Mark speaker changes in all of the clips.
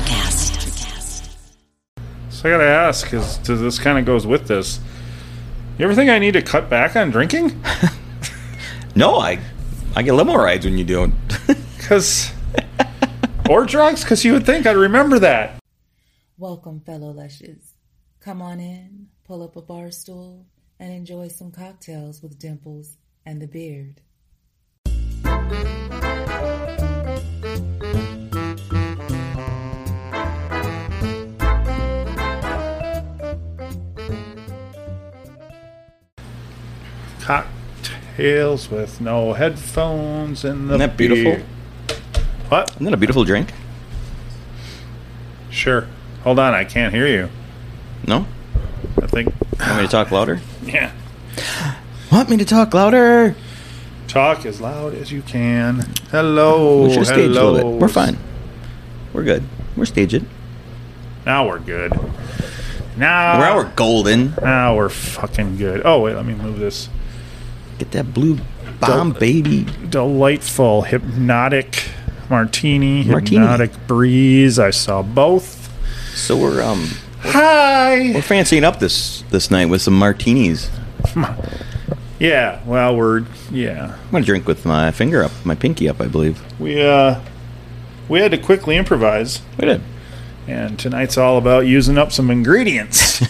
Speaker 1: Electricast.
Speaker 2: So I gotta ask, because this kind of goes with this. You ever think I need to cut back on drinking?
Speaker 3: No, I I get limo rides when you do it.
Speaker 2: Because or drugs? Because you would think I'd remember that.
Speaker 4: Welcome, fellow Lushes. Come on in, pull up a bar stool, and enjoy some cocktails with Dimples and the Beard.
Speaker 2: Cocktails with no headphones and the
Speaker 3: Isn't that beautiful?
Speaker 2: beer. What?
Speaker 3: Isn't that a beautiful drink?
Speaker 2: Sure. Hold on, I can't hear you.
Speaker 3: No?
Speaker 2: I think.
Speaker 3: Want me to talk louder?
Speaker 2: Yeah.
Speaker 3: Want me to talk louder?
Speaker 2: Talk as loud as you can. Oh, Hello.
Speaker 3: we should have staged a little bit. We're
Speaker 2: hellos.
Speaker 3: fine. We're good. We're staged.
Speaker 2: Now we're good. Now
Speaker 3: We're our
Speaker 2: Uh,
Speaker 3: golden.
Speaker 2: Now we're fucking good. Oh wait, let me move this.
Speaker 3: Get that blue bomb baby.
Speaker 2: delightful hypnotic martini,
Speaker 3: Martini.
Speaker 2: hypnotic breeze. I saw both.
Speaker 3: So we're um
Speaker 2: Hi.
Speaker 3: we're fancying up this this night with some martinis.
Speaker 2: Yeah. Well, we're yeah.
Speaker 3: I'm gonna drink with my finger up, my pinky up, I believe.
Speaker 2: We uh we had to quickly improvise,
Speaker 3: We did.
Speaker 2: and tonight's all about using up some ingredients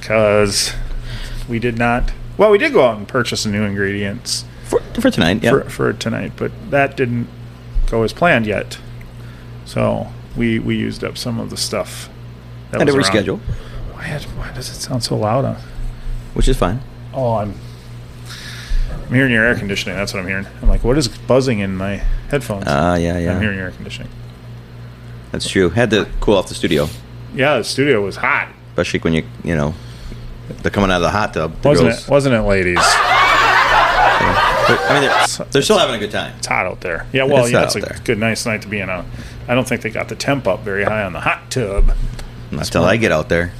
Speaker 2: because we did not. Well, we did go out and purchase some new ingredients
Speaker 3: For, for tonight, yeah.
Speaker 2: for, for tonight, but that didn't go as planned yet. So we we used up some of the stuff. That
Speaker 3: had to
Speaker 2: was around.
Speaker 3: reschedule,
Speaker 2: Why, had- why does it sound so loud? On?
Speaker 3: which is fine.
Speaker 2: Oh, I'm. I'm hearing your air conditioning. That's what I'm hearing. I'm like, what is buzzing in my headphones?
Speaker 3: Ah, yeah,
Speaker 2: I'm hearing
Speaker 3: yeah.
Speaker 2: your air conditioning.
Speaker 3: That's true. Had to cool off the studio,
Speaker 2: Yeah, the studio was hot,
Speaker 3: especially when you you know they're coming out of the hot tub. The
Speaker 2: wasn't
Speaker 3: girls-
Speaker 2: it? Wasn't it, ladies? It's
Speaker 3: But, I mean, they're, they're still having a good time.
Speaker 2: hot out there. Yeah, well,
Speaker 3: It's
Speaker 2: yeah,
Speaker 3: hot
Speaker 2: it's a
Speaker 3: out there.
Speaker 2: good, nice night to be in. A, I don't think they got the temp up very high on the hot tub.
Speaker 3: Not till I get out there.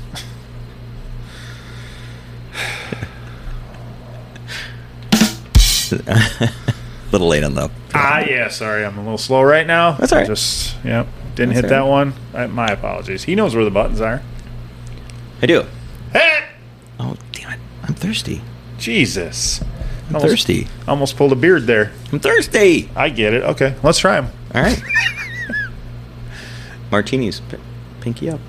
Speaker 3: little late on the.
Speaker 2: Ah, yeah. Sorry, I'm a little slow right now.
Speaker 3: That's all right.
Speaker 2: Just yep, didn't
Speaker 3: That's
Speaker 2: hit that
Speaker 3: all
Speaker 2: one. I, my apologies. He knows where the buttons are.
Speaker 3: I do.
Speaker 2: Hey,
Speaker 3: Oh damn it! I'm thirsty.
Speaker 2: Jesus,
Speaker 3: I'm thirsty.
Speaker 2: Almost pulled a beard there.
Speaker 3: I'm thirsty.
Speaker 2: I get it. Okay, let's try them.
Speaker 3: All right. Martinis, p- pinky up.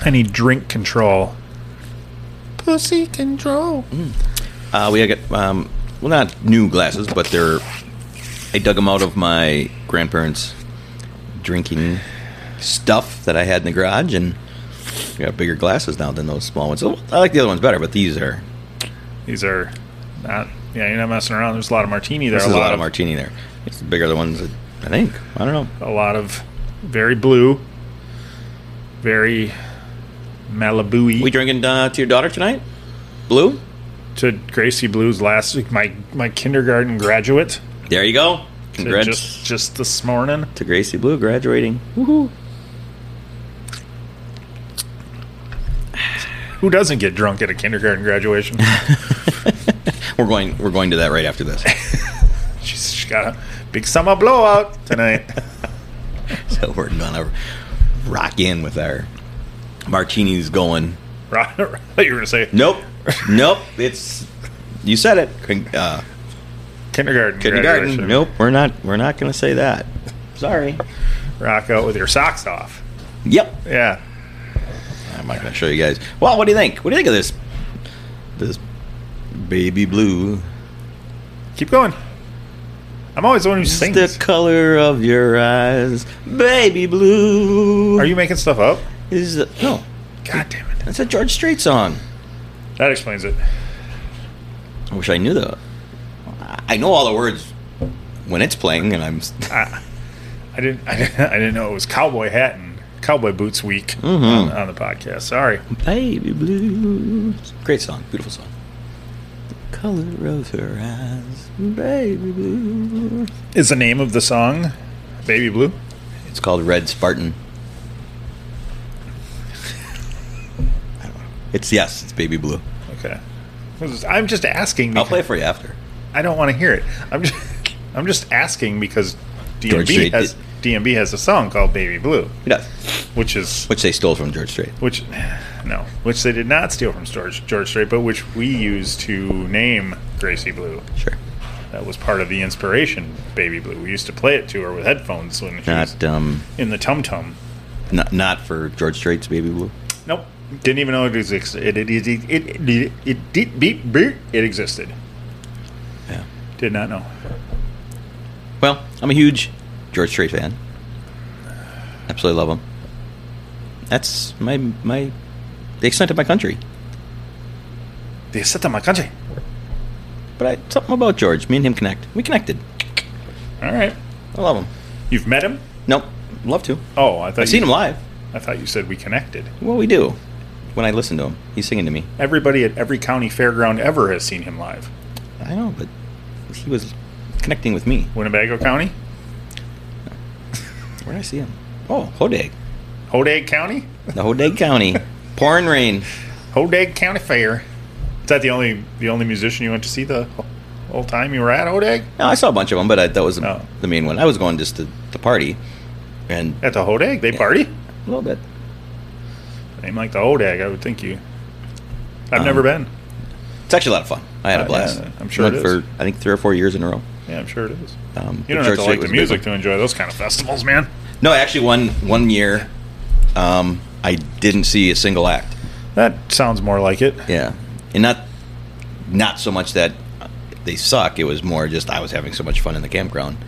Speaker 2: I need drink control. Pussy control.
Speaker 3: Uh, we got um, well, not new glasses, but they're. I dug them out of my grandparents' drinking stuff that I had in the garage, and we got bigger glasses now than those small ones. So I like the other ones better, but these are
Speaker 2: These are not. Yeah, you're not messing around. There's a lot of martini there.
Speaker 3: this is a lot of martini there. It's the bigger the ones, that- I think. I don't know.
Speaker 2: A lot of very blue, very Malibu.
Speaker 3: We drinking uh, to your daughter tonight? Blue.
Speaker 2: to Gracie Blues last week. My my kindergarten graduate.
Speaker 3: There you go.
Speaker 2: to
Speaker 3: Congrats
Speaker 2: Just just this morning.
Speaker 3: to Gracie Blue graduating.
Speaker 2: Who doesn't get drunk at a kindergarten graduation?
Speaker 3: We're going. We're going to that right after this.
Speaker 2: She's she got a big summer blowout tonight.
Speaker 3: So we're gonna rock in with our martinis going.
Speaker 2: Right, I thought you were gonna say
Speaker 3: Nope, nope. It's you said it. Con- Uh,
Speaker 2: kindergarten.
Speaker 3: kindergarten.
Speaker 2: graduation.
Speaker 3: Nope, we're not. We're not gonna say that. Sorry.
Speaker 2: Rock out with your socks off.
Speaker 3: Yep.
Speaker 2: Yeah.
Speaker 3: I'm not gonna show you guys. Well, what do you think? What do you think of this? This baby blue.
Speaker 2: Keep going. I'm always the one who
Speaker 3: It's
Speaker 2: sings.
Speaker 3: the color of your eyes, baby blue.
Speaker 2: Are you making stuff up?
Speaker 3: Is the- no.
Speaker 2: God damn it.
Speaker 3: That's a George Strait song.
Speaker 2: That explains it.
Speaker 3: I wish I knew the. I know all the words when it's playing, and I'm.
Speaker 2: I didn't. I didn't, I didn't know it was cowboy hat and cowboy boots week
Speaker 3: Mm-hmm.
Speaker 2: on, on the podcast. Sorry.
Speaker 3: Baby Blues. Great song. Beautiful song. Color of her eyes, baby blue.
Speaker 2: Is the name of the song "Baby Blue"?
Speaker 3: It's called Red Spartan. I don't know. It's yes, it's baby blue.
Speaker 2: Okay. I'm just asking.
Speaker 3: I'll play
Speaker 2: because
Speaker 3: it for you after.
Speaker 2: I don't want to hear it. I'm just. I'm just asking because
Speaker 3: George
Speaker 2: DMB
Speaker 3: Strait
Speaker 2: has
Speaker 3: did-
Speaker 2: DMB has a song called Baby Blue,
Speaker 3: It does.
Speaker 2: which is
Speaker 3: Which they stole from George Strait.
Speaker 2: which no, which they did not steal from George George Strait, but which we used to name Gracie Blue.
Speaker 3: Sure.
Speaker 2: That was part of the inspiration, Baby Blue. We used to play it to her with headphones when she was
Speaker 3: Not um,
Speaker 2: in the tum tum.
Speaker 3: not not for George Strait's Baby Blue.
Speaker 2: Nope, didn't even know it existed. It it it it it, it, it, did- beep, beep, it existed.
Speaker 3: Yeah.
Speaker 2: Did not know.
Speaker 3: Well, I'm a huge George Strait fan. Absolutely love him. That's my my the extent of my country.
Speaker 2: They set them my country.
Speaker 3: But I, something about George, me and him connect. We connected.
Speaker 2: All right,
Speaker 3: I love him.
Speaker 2: you've met him.
Speaker 3: Nope, love to.
Speaker 2: Oh, I thought
Speaker 3: I've
Speaker 2: you-
Speaker 3: seen him live.
Speaker 2: I thought you said we connected.
Speaker 3: Well, we do. When I listen to him, he's singing to me.
Speaker 2: Everybody at every county fairground ever has seen him live.
Speaker 3: I know, but he was connecting with me.
Speaker 2: Winnebago County,
Speaker 3: Where did I see him? Oh, Hodag,
Speaker 2: Hodag County,
Speaker 3: the Hodag County, pouring rain.
Speaker 2: Hodag County Fair. Is that the only the only musician you went to see the whole time you were at Hodag?
Speaker 3: No, I saw a bunch of them, but I, that was
Speaker 2: Oh.
Speaker 3: the main one. I was going just to the party, and
Speaker 2: At the Hodag, they party.
Speaker 3: a little bit.
Speaker 2: Name like the Hodag, I would think you. I've
Speaker 3: Um,
Speaker 2: never been.
Speaker 3: It's actually a lot of fun. I had
Speaker 2: Uh,
Speaker 3: a blast.
Speaker 2: yeah, I'm sure it
Speaker 3: Went
Speaker 2: is.
Speaker 3: for I think three or four years in a row.
Speaker 2: Yeah, I'm sure it is. You
Speaker 3: Um, but
Speaker 2: don't
Speaker 3: George
Speaker 2: have to like
Speaker 3: Strait
Speaker 2: the
Speaker 3: was a big
Speaker 2: music
Speaker 3: one.
Speaker 2: to enjoy those kind of festivals, man.
Speaker 3: No, actually, one one year, um, I didn't see a single act.
Speaker 2: That sounds more like it.
Speaker 3: Yeah, and not not so much that they suck. It was more just I was having so much fun in the campground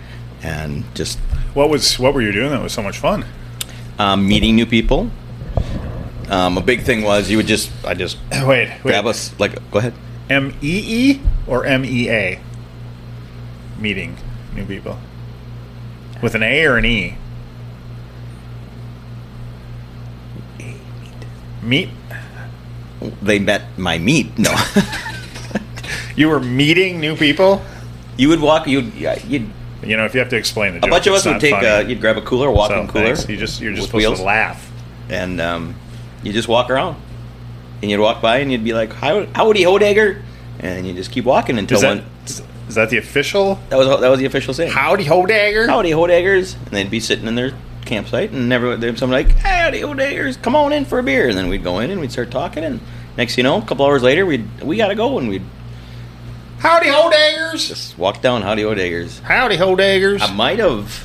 Speaker 3: and just
Speaker 2: What was what were you doing that was so much fun?
Speaker 3: um, meeting new people. Um, a big thing was you would just I just
Speaker 2: Wait, wait.
Speaker 3: grab us like go ahead.
Speaker 2: M E E or M E A? Meeting new people. With an A or an E? Meet?
Speaker 3: They met my meat. No,
Speaker 2: You were meeting new people?
Speaker 3: you would walk. You'd you'd
Speaker 2: You know, if you have to explain the
Speaker 3: a
Speaker 2: joke,
Speaker 3: bunch of
Speaker 2: it's
Speaker 3: us would
Speaker 2: not
Speaker 3: take.
Speaker 2: funny.
Speaker 3: Uh, you'd grab a cooler,
Speaker 2: So,
Speaker 3: walking cooler.
Speaker 2: thanks. You just, you're just
Speaker 3: with
Speaker 2: supposed
Speaker 3: wheels.
Speaker 2: to laugh.
Speaker 3: and um, you just walk around and you'd walk by and you'd be like "How- howdy hodegger and you just keep walking until
Speaker 2: Is that,
Speaker 3: one
Speaker 2: is is that the official?
Speaker 3: that was that was the official saying
Speaker 2: Howdy ho dagger?
Speaker 3: howdy hodeggers and they'd be sitting in their campsite and everyone there'd be someone like howdy hodeggers come on in for a beer and then we'd go in and we'd start talking and next thing you know a couple hours later we'd we gotta go and we'd
Speaker 2: Howdy ho daggers!
Speaker 3: just walk down howdy hodeggers
Speaker 2: Howdy ho daggers!
Speaker 3: I might have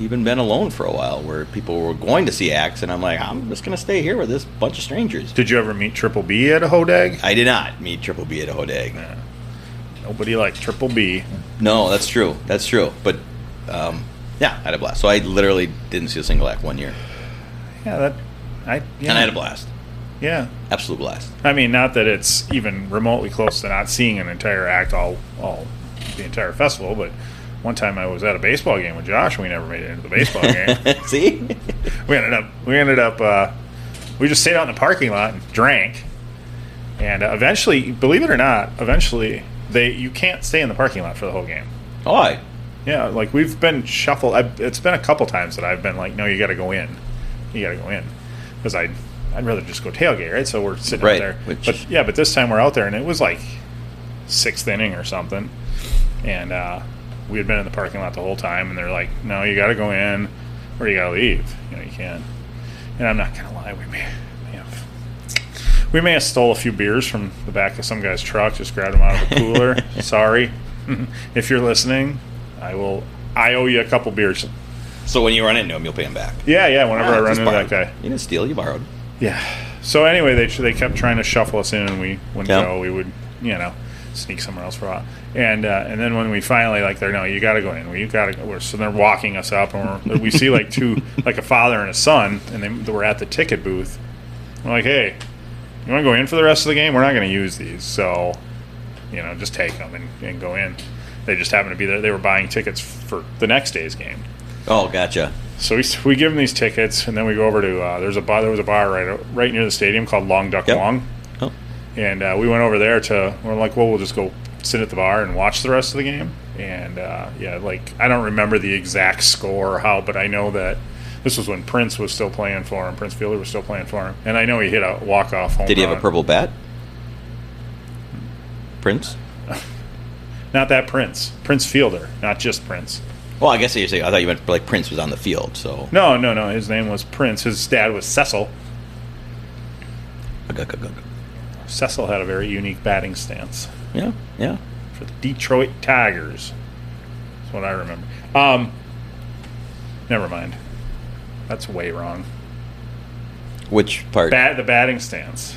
Speaker 3: even been alone for a while where people were going to see acts and I'm like I'm just gonna stay here with this bunch of strangers
Speaker 2: Did you ever meet Triple B at a ho dag?
Speaker 3: I did not meet Triple B at a hodag
Speaker 2: Nobody liked Triple B.
Speaker 3: No, that's true. That's true. But um, yeah, I had a blast. So I literally didn't see a single act one year,
Speaker 2: Yeah, that. I, yeah.
Speaker 3: and I had a blast.
Speaker 2: Yeah.
Speaker 3: Absolute blast.
Speaker 2: I mean, not that it's even remotely close to not seeing an entire act all, all the entire festival, but one time I was at a baseball game with Josh and we never made it into the baseball game.
Speaker 3: see,
Speaker 2: We ended up, we ended up, uh, we just stayed out in the parking lot and drank. And uh, eventually, believe it or not, eventually they, you can't stay in the parking lot for the whole game.
Speaker 3: oh, I,
Speaker 2: Yeah, like we've been shuffled. i it's been a couple times that I've been like, no, you got to go in. You got to go in because I'd I'd rather just go tailgate, right? So we're sitting
Speaker 3: Right,
Speaker 2: out there,
Speaker 3: which-
Speaker 2: but yeah, but this time we're out there and it was like sixth inning or something, and uh, we had been in the parking lot the whole time, and they're like, no, you got to go in or you got to leave. You know, you can't. And I'm not gonna lie, we may, may have we may have stole a few beers from the back of some guy's truck, just grabbed them out of a cooler. Sorry, if you're listening, I will. I owe you a couple beers.
Speaker 3: so when you run into him, you'll pay him back.
Speaker 2: Yeah, yeah. Whenever
Speaker 3: Ah,
Speaker 2: I run
Speaker 3: just
Speaker 2: into that
Speaker 3: borrowed.
Speaker 2: guy,
Speaker 3: you didn't steal, you borrowed.
Speaker 2: yeah. So anyway, they they kept trying to shuffle us in, and we wouldn't
Speaker 3: Yeah.
Speaker 2: go. We would, you know, sneak somewhere else for a while. And uh, and then when we finally like, they're no, you got to go in. Well, you got to go. We're- So they're walking us up, and we're, we see like two, like a father and a son, and they we're at the ticket booth. We're like, hey, you want to go in for the rest of the game? We're not going to use these, so you know, just take them and, and go in. They just happened to be there. They were buying tickets for the next day's game.
Speaker 3: Oh, gotcha.
Speaker 2: So we, we give them these tickets, and then we go over to uh, there's a bar. There was a bar right right near the stadium called Long Duck
Speaker 3: Yep.
Speaker 2: Long,
Speaker 3: Oh,
Speaker 2: and uh, we went over there to. We're like, well, we'll just go sit at the bar and watch the rest of the game. And uh, yeah, like I don't remember the exact score or how, but I know that this was when Prince was still playing for him. Prince Fielder was still playing for him, and I know he hit a walk off home.
Speaker 3: did he have
Speaker 2: run.
Speaker 3: a purple bat? Prince.
Speaker 2: Not that Prince. Prince Fielder, not just Prince.
Speaker 3: Well, I guess you're saying I thought you meant like Prince was on the field, so
Speaker 2: No, no, no. His name was Prince. His dad was Cecil.
Speaker 3: Ugh, ugh, ugh, ugh.
Speaker 2: Cecil had a very unique batting stance
Speaker 3: yeah, yeah.
Speaker 2: for the Detroit Tigers. That's what I remember. Um, never mind. That's way wrong.
Speaker 3: Which part?
Speaker 2: Bat the batting stance.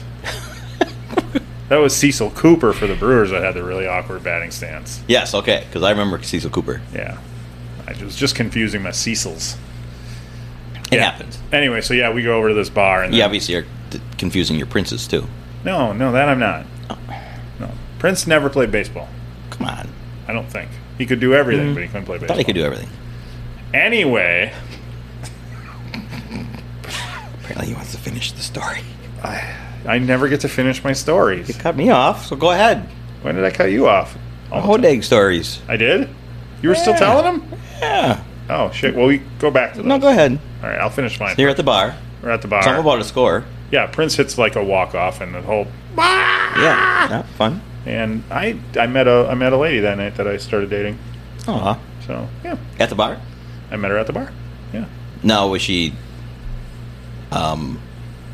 Speaker 2: that was Cecil Cooper for the Brewers that had the really awkward batting stance.
Speaker 3: Yes, okay, because I remember Cecil Cooper.
Speaker 2: Yeah, I was just confusing my Cecils.
Speaker 3: It
Speaker 2: Yeah.
Speaker 3: happens.
Speaker 2: Anyway, so yeah, we go over to this bar and
Speaker 3: You
Speaker 2: then-
Speaker 3: obviously are t- confusing your princes too.
Speaker 2: No, no, that I'm not.
Speaker 3: Oh,
Speaker 2: No, Prince never played baseball.
Speaker 3: come on,
Speaker 2: I don't think he could do everything, but he couldn't play baseball.
Speaker 3: Mm-hmm. thought he could do everything.
Speaker 2: Anyway,
Speaker 3: Apparently, he wants to finish the story.
Speaker 2: I never get to finish my stories.
Speaker 3: You cut me off, so go ahead.
Speaker 2: When did I cut you off? All the
Speaker 3: Hodeg stories.
Speaker 2: time. I did. You were still
Speaker 3: Oh. Yeah.
Speaker 2: telling him?
Speaker 3: Yeah.
Speaker 2: Oh shit! Well, we go back to that.
Speaker 3: No, go ahead.
Speaker 2: All right, I'll finish mine.
Speaker 3: You're at the bar.
Speaker 2: We're at the bar.
Speaker 3: Talk about a score.
Speaker 2: Yeah, Prince hits like a walk off, and the whole.
Speaker 3: Yeah. yeah fun.
Speaker 2: And I, I met a, I met a lady that night that I started dating.
Speaker 3: Aw.
Speaker 2: So yeah,
Speaker 3: At the bar.
Speaker 2: I met her at the bar. Yeah.
Speaker 3: Now was she? Um,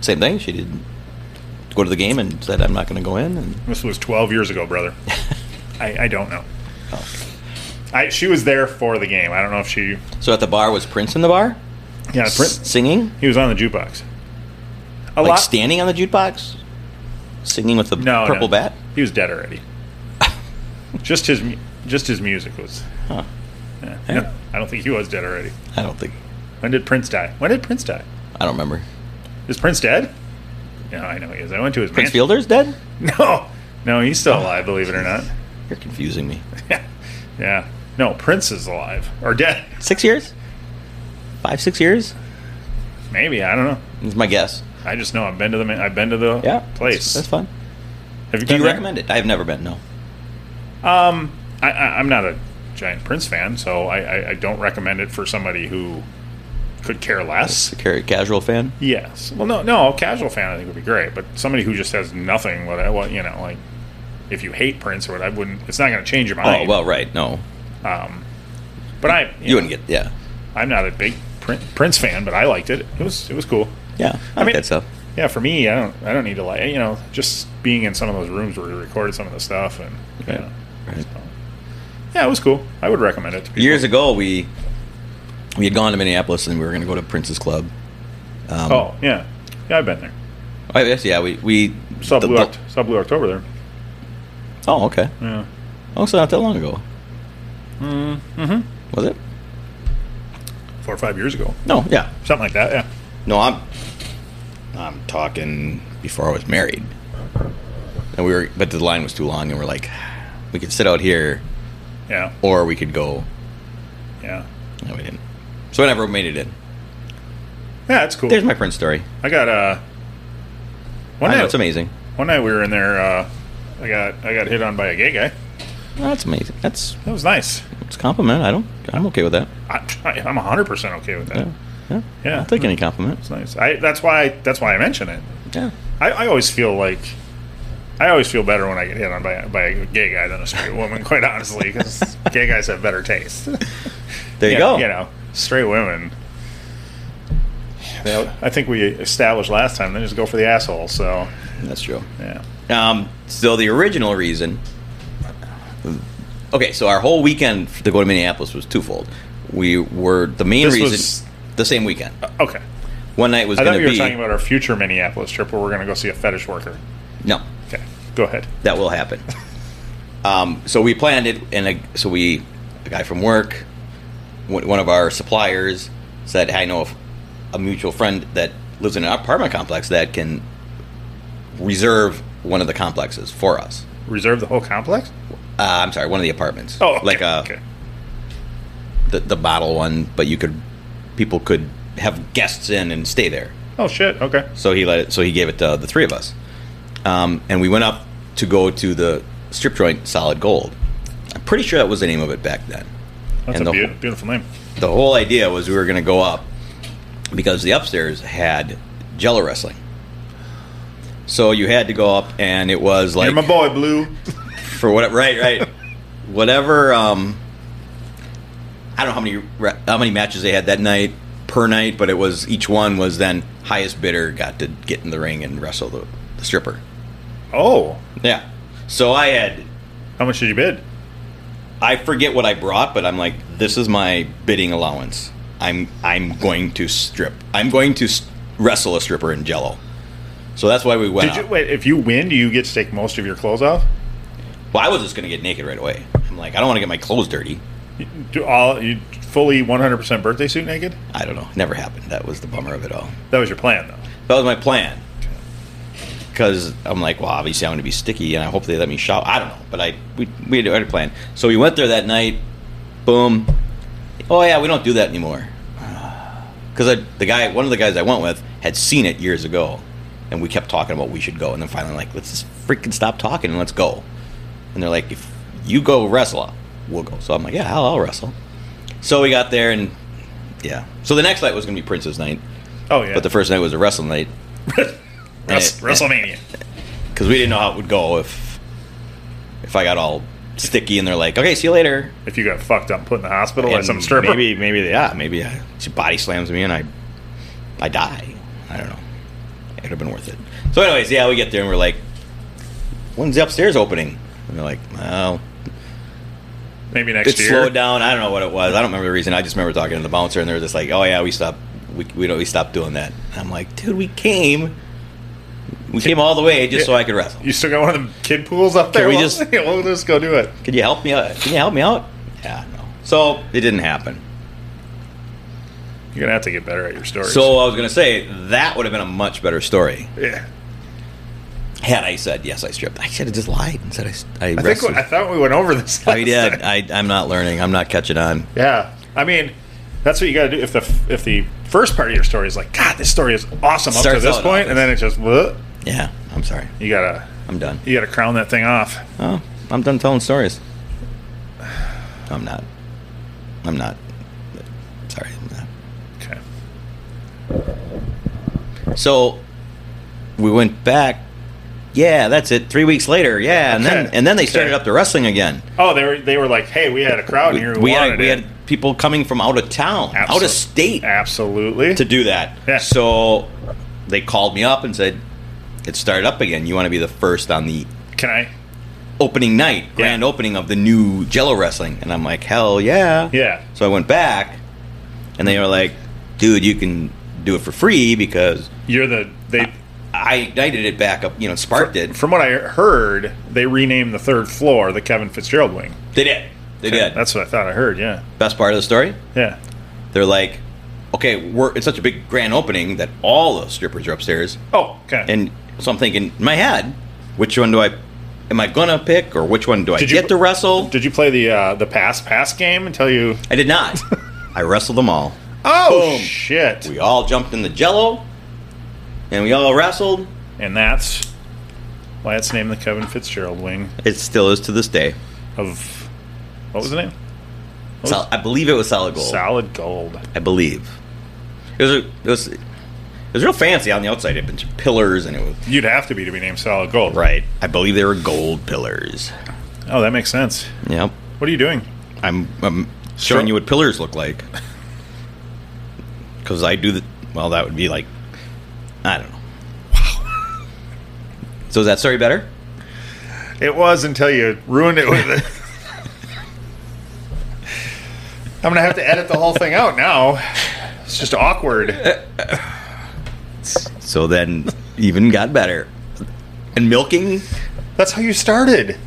Speaker 3: same thing. She didn't go to the game and said, "I'm not going to go in." And
Speaker 2: This was 12 years ago, brother. I, I don't know. I, she was there for the game. I don't know if she.
Speaker 3: so at the bar was Prince in the bar
Speaker 2: Yeah,
Speaker 3: S-
Speaker 2: Prince.
Speaker 3: singing,
Speaker 2: He was on the jukebox. A
Speaker 3: like
Speaker 2: lot.
Speaker 3: standing on the jukebox, singing with the
Speaker 2: no,
Speaker 3: purple
Speaker 2: no.
Speaker 3: bat.
Speaker 2: He was dead already. just his, mu- just his music was.
Speaker 3: Huh.
Speaker 2: yeah.
Speaker 3: Yeah.
Speaker 2: No, I don't think he was dead already.
Speaker 3: I don't think.
Speaker 2: When did Prince die? When did Prince die?
Speaker 3: I don't remember.
Speaker 2: Is Prince dead? No, I know he is. I went to his
Speaker 3: Prince
Speaker 2: mansion.
Speaker 3: Fielder's dead.
Speaker 2: No, no, he's still alive. Believe it or not.
Speaker 3: You're confusing me.
Speaker 2: yeah. No, Prince is alive or dead.
Speaker 3: Six years, five, six years
Speaker 2: Maybe I don't know.
Speaker 3: is my guess.
Speaker 2: I just know I've been to the ma- I've been to the
Speaker 3: Yeah,
Speaker 2: place.
Speaker 3: That's, that's fun.
Speaker 2: Have you
Speaker 3: Do
Speaker 2: been
Speaker 3: you
Speaker 2: there?
Speaker 3: recommend it? I have never been. No.
Speaker 2: Um, I, I, I'm not a giant Prince fan, so I, I, I don't recommend it for somebody who could care less.
Speaker 3: Ca- Casual fan.
Speaker 2: Yes. Well, no, no, a casual fan I think would be great, but somebody who just has nothing. What, I- what you know, like if you hate Prince or what, I wouldn't. It's not going to change your
Speaker 3: Oh
Speaker 2: mind.
Speaker 3: well, right. No,
Speaker 2: Um, but I,
Speaker 3: you wouldn't get. Yeah,
Speaker 2: I'm not a big Prin- Prince fan, but I liked it. It was it was cool.
Speaker 3: yeah.
Speaker 2: I
Speaker 3: I, like
Speaker 2: mean-
Speaker 3: that stuff.
Speaker 2: Yeah, for me, I don't I don't need to like you know just being in some of those rooms where we recorded some of the stuff and you know,
Speaker 3: Right.
Speaker 2: so. yeah, it was cool. I would recommend it. To people.
Speaker 3: Years ago, we we had gone to Minneapolis and we were going to go to Prince's Club. Um,
Speaker 2: Oh yeah, yeah, I've been there.
Speaker 3: I guess yeah. We we
Speaker 2: Saw
Speaker 3: the-
Speaker 2: Blue,
Speaker 3: the-
Speaker 2: Oct- saw Blue October there.
Speaker 3: Oh okay.
Speaker 2: Yeah.
Speaker 3: Oh, so not that long ago. Mm-hmm. Was it?
Speaker 2: Four or five years ago,
Speaker 3: No, yeah.
Speaker 2: something like that. Yeah.
Speaker 3: No, I'm I'm talking before I was married. And we were, but the line was too long, and we're like, we could sit out here,
Speaker 2: Yeah.
Speaker 3: or we could go.
Speaker 2: Yeah.
Speaker 3: No, we didn't. So I never made it in.
Speaker 2: Yeah, it's cool.
Speaker 3: There's my Prince story.
Speaker 2: I got uh. One
Speaker 3: I know
Speaker 2: night,
Speaker 3: it's amazing.
Speaker 2: one night we were in there. Uh, I got I got hit on by a gay guy.
Speaker 3: That's amazing. That's
Speaker 2: That was nice.
Speaker 3: it's a compliment. I don't. I'm okay with that.
Speaker 2: I, I, I'm 100 percent okay with that.
Speaker 3: Yeah. Yeah.
Speaker 2: Yeah.
Speaker 3: I'll take any compliment.
Speaker 2: It's nice. I that's why that's why I mention it.
Speaker 3: Yeah.
Speaker 2: I, I always feel like I always feel better when I get hit on by, a- by a gay guy than a straight woman, quite honestly, because gay guys have better taste. There
Speaker 3: There you go.
Speaker 2: You know, straight women. they- I think we established last time they just go for the asshole. So
Speaker 3: That's true.
Speaker 2: yeah,
Speaker 3: Um, so the original reason. Okay, so our whole weekend to go to Minneapolis was twofold. We were the main
Speaker 2: This
Speaker 3: reason
Speaker 2: was-
Speaker 3: the same weekend.
Speaker 2: okay.
Speaker 3: One night was
Speaker 2: I
Speaker 3: going
Speaker 2: thought
Speaker 3: to
Speaker 2: we were
Speaker 3: be
Speaker 2: talking about our future Minneapolis trip where we're going to go see a fetish worker.
Speaker 3: no,
Speaker 2: Okay, go ahead.
Speaker 3: that will happen. um, so we planned it, and a, so we a guy from work, one one of our suppliers said, "Hey, "I know of a mutual friend that lives in an apartment complex that can reserve one of the complexes for us."
Speaker 2: Reserve the whole complex.
Speaker 3: Uh, I'm sorry, one of the apartments.
Speaker 2: Oh, okay,
Speaker 3: like a
Speaker 2: okay.
Speaker 3: the, the bottle one, but you could people could have guests in and stay there.
Speaker 2: Oh shit. Okay.
Speaker 3: So he let it. So he gave it to the three of us, um, and we went up to go to the strip joint Solid Gold. I'm pretty sure that was the name of it back then.
Speaker 2: That's
Speaker 3: And
Speaker 2: a
Speaker 3: the-
Speaker 2: beau- beautiful name.
Speaker 3: The whole idea was we were going to go up because the upstairs had Jello wrestling. So you had to go up, and it was like
Speaker 2: You're my boy, Blue.
Speaker 3: for what? Right, right. whatever. Um, I don't know how many re- how many matches they had that night per night, but it was each one was then highest bidder got to get in the ring and wrestle the, the stripper.
Speaker 2: Oh,
Speaker 3: Yeah. So I had
Speaker 2: how much did you bid?
Speaker 3: I forget what I brought, but I'm like, this is my bidding allowance. I'm I'm going to strip. I'm going to s- wrestle a stripper in Jello. So that's why we went.
Speaker 2: Did you
Speaker 3: out.
Speaker 2: wait? If you win, do you get to take most of your clothes off?
Speaker 3: Well, I was just going to get naked right away. I'm like, I don't want to get my clothes dirty.
Speaker 2: You- Do all you fully 100% birthday suit naked?
Speaker 3: I don't know. Never happened. That was the bummer of it all.
Speaker 2: That was your plan, though.
Speaker 3: That was my plan. Because I'm like, well, obviously I'm going to be sticky, and I hope they let me shop. I don't know, but I we we had already planned. So we went there that night. Boom. Oh yeah, we don't do that anymore. Because the guy, one of the guys I went with, had seen it years ago, and we kept talking about we should go, and then finally like, let's just freaking stop talking and let's go. And they're like, if you go wrestle, we'll go. So I'm like, yeah, I'll, I'll wrestle. So we got there, and yeah. So the next night was going to be Prince's night.
Speaker 2: Oh yeah.
Speaker 3: But the first night was a wrestle night
Speaker 2: Wrest-
Speaker 3: eh,
Speaker 2: WrestleMania.
Speaker 3: because we didn't know how it would go if if I got all sticky and they're like, okay, see you later.
Speaker 2: If you got fucked up and put in the hospital by
Speaker 3: And
Speaker 2: some stripper,
Speaker 3: Maybe, maybe, yeah, maybe I, she body slams me and I I die. I don't know. It would have been worth it. So, anyways, yeah, we get there and we're like, when's the upstairs opening? And they're like, well,
Speaker 2: maybe next
Speaker 3: it
Speaker 2: year.
Speaker 3: slowed down. I don't know what it was. I don't remember the reason. I just remember talking to the bouncer, and they were just like, "Oh yeah, we stopped. We we, don't, we stopped doing that." And I'm like, "Dude, we came. We came all the way just so I could wrestle.
Speaker 2: You still got one of them kid pools up
Speaker 3: Can
Speaker 2: there.
Speaker 3: we
Speaker 2: We'll-
Speaker 3: just-
Speaker 2: we'll just go do it.
Speaker 3: Can you help me out? Can you help me out?" Yeah, no. So it didn't happen.
Speaker 2: You're gonna have to get better at your stories.
Speaker 3: So I was gonna say that would have been a much better story
Speaker 2: yeah.
Speaker 3: had I said yes, I stripped. I should have just lied and said I s- I
Speaker 2: I think
Speaker 3: wrestled.
Speaker 2: we- I thought we went over this.
Speaker 3: I
Speaker 2: last
Speaker 3: did.
Speaker 2: time.
Speaker 3: I, I'm not learning. I'm not catching on.
Speaker 2: Yeah, I mean, that's what you got to do. If the if the first part of your story is like, God, this story is awesome up to
Speaker 3: Starts
Speaker 2: this
Speaker 3: out
Speaker 2: point,
Speaker 3: awesome.
Speaker 2: and then it's just, "Bleh."
Speaker 3: Yeah, I'm sorry.
Speaker 2: you gotta
Speaker 3: I'm done.
Speaker 2: you gotta crown that thing off.
Speaker 3: Oh, I'm done telling stories. I'm not. I'm not. Sorry. I'm
Speaker 2: Okay.
Speaker 3: not. So we went back. Yeah, that's it. Three weeks later. Yeah, and then
Speaker 2: Okay.
Speaker 3: and then they
Speaker 2: Okay.
Speaker 3: started up the wrestling again.
Speaker 2: Oh, they were they were like, hey, we had a crowd here. Who
Speaker 3: we
Speaker 2: wanted
Speaker 3: had we
Speaker 2: it.
Speaker 3: had people coming from out of town, out
Speaker 2: Absol-
Speaker 3: of state
Speaker 2: absolutely.
Speaker 3: to do that.
Speaker 2: Yeah.
Speaker 3: So they called me up and said, "It started up again. You want to be the first on the
Speaker 2: Can I?
Speaker 3: opening night, grand
Speaker 2: Yeah.
Speaker 3: opening of the new Jello wrestling. And I'm like, hell yeah.
Speaker 2: Yeah.
Speaker 3: So I went back, and they were like, dude, you can do it for free because
Speaker 2: You're the they.
Speaker 3: I ignited it back up, you know, sparked it.
Speaker 2: From what I heard, they renamed the third floor the Kevin Fitzgerald wing.
Speaker 3: They did. They did. That's
Speaker 2: That's what I thought I heard. Yeah.
Speaker 3: best part of the story.
Speaker 2: Yeah.
Speaker 3: They're like, okay, we're it's such a big grand opening that all the strippers are upstairs.
Speaker 2: Oh, okay.
Speaker 3: And so I'm thinking in my head, which one do I am I gonna pick or which one do I
Speaker 2: Did you-
Speaker 3: get to wrestle?
Speaker 2: did you play the uh, the pass pass game until you?
Speaker 3: I did not. I wrestled them all.
Speaker 2: Oh
Speaker 3: Boom.
Speaker 2: shit!
Speaker 3: We all jumped in the jello and we all wrestled.
Speaker 2: and that's why it's named the Kevin Fitzgerald Wing
Speaker 3: It still is to this day.
Speaker 2: of what was the name? What was-
Speaker 3: Sol- I believe it was solid gold.
Speaker 2: Solid Gold.
Speaker 3: I believe. It was, a, it was it was real fancy on the outside. It had a bunch of pillars and it was
Speaker 2: You'd have to be to be named Solid Gold,
Speaker 3: right. I believe they were gold pillars.
Speaker 2: Oh, that makes sense.
Speaker 3: Yep.
Speaker 2: What are you doing?
Speaker 3: I'm, I'm showing you what pillars look like. Because I do the well, that would be like I don't know. Wow. So is that story better?
Speaker 2: It was until you ruined it with it. I'm gonna have to edit the whole thing out now. It's just awkward.
Speaker 3: So then even got better. And milking,
Speaker 2: That's how you started.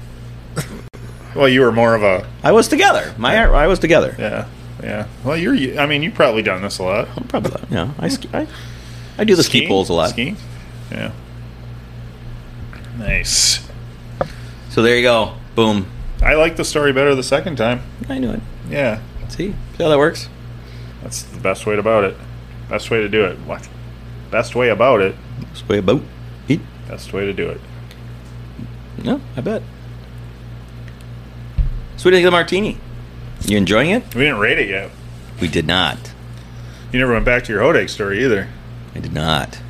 Speaker 2: Well, you were more of a
Speaker 3: I was together. My I was together.
Speaker 2: yeah, yeah. Well, you're. I mean, you've probably done this a lot.
Speaker 3: Probably. Yeah, I ski. I, I do the ski poles a lot.
Speaker 2: Skiing? Yeah. Nice.
Speaker 3: So there you go. Boom.
Speaker 2: I like the story better the second time.
Speaker 3: I knew it.
Speaker 2: Yeah,
Speaker 3: See, see how that works.
Speaker 2: that's the best way about it. Best way to do it. What? Best way about it.
Speaker 3: Just way about. Eat.
Speaker 2: Best way to do it.
Speaker 3: No, I bet. So what do you think of the martini? You enjoying it?
Speaker 2: We didn't rate it yet.
Speaker 3: We did not.
Speaker 2: You never went back to your Hodeg story either.
Speaker 3: I did not.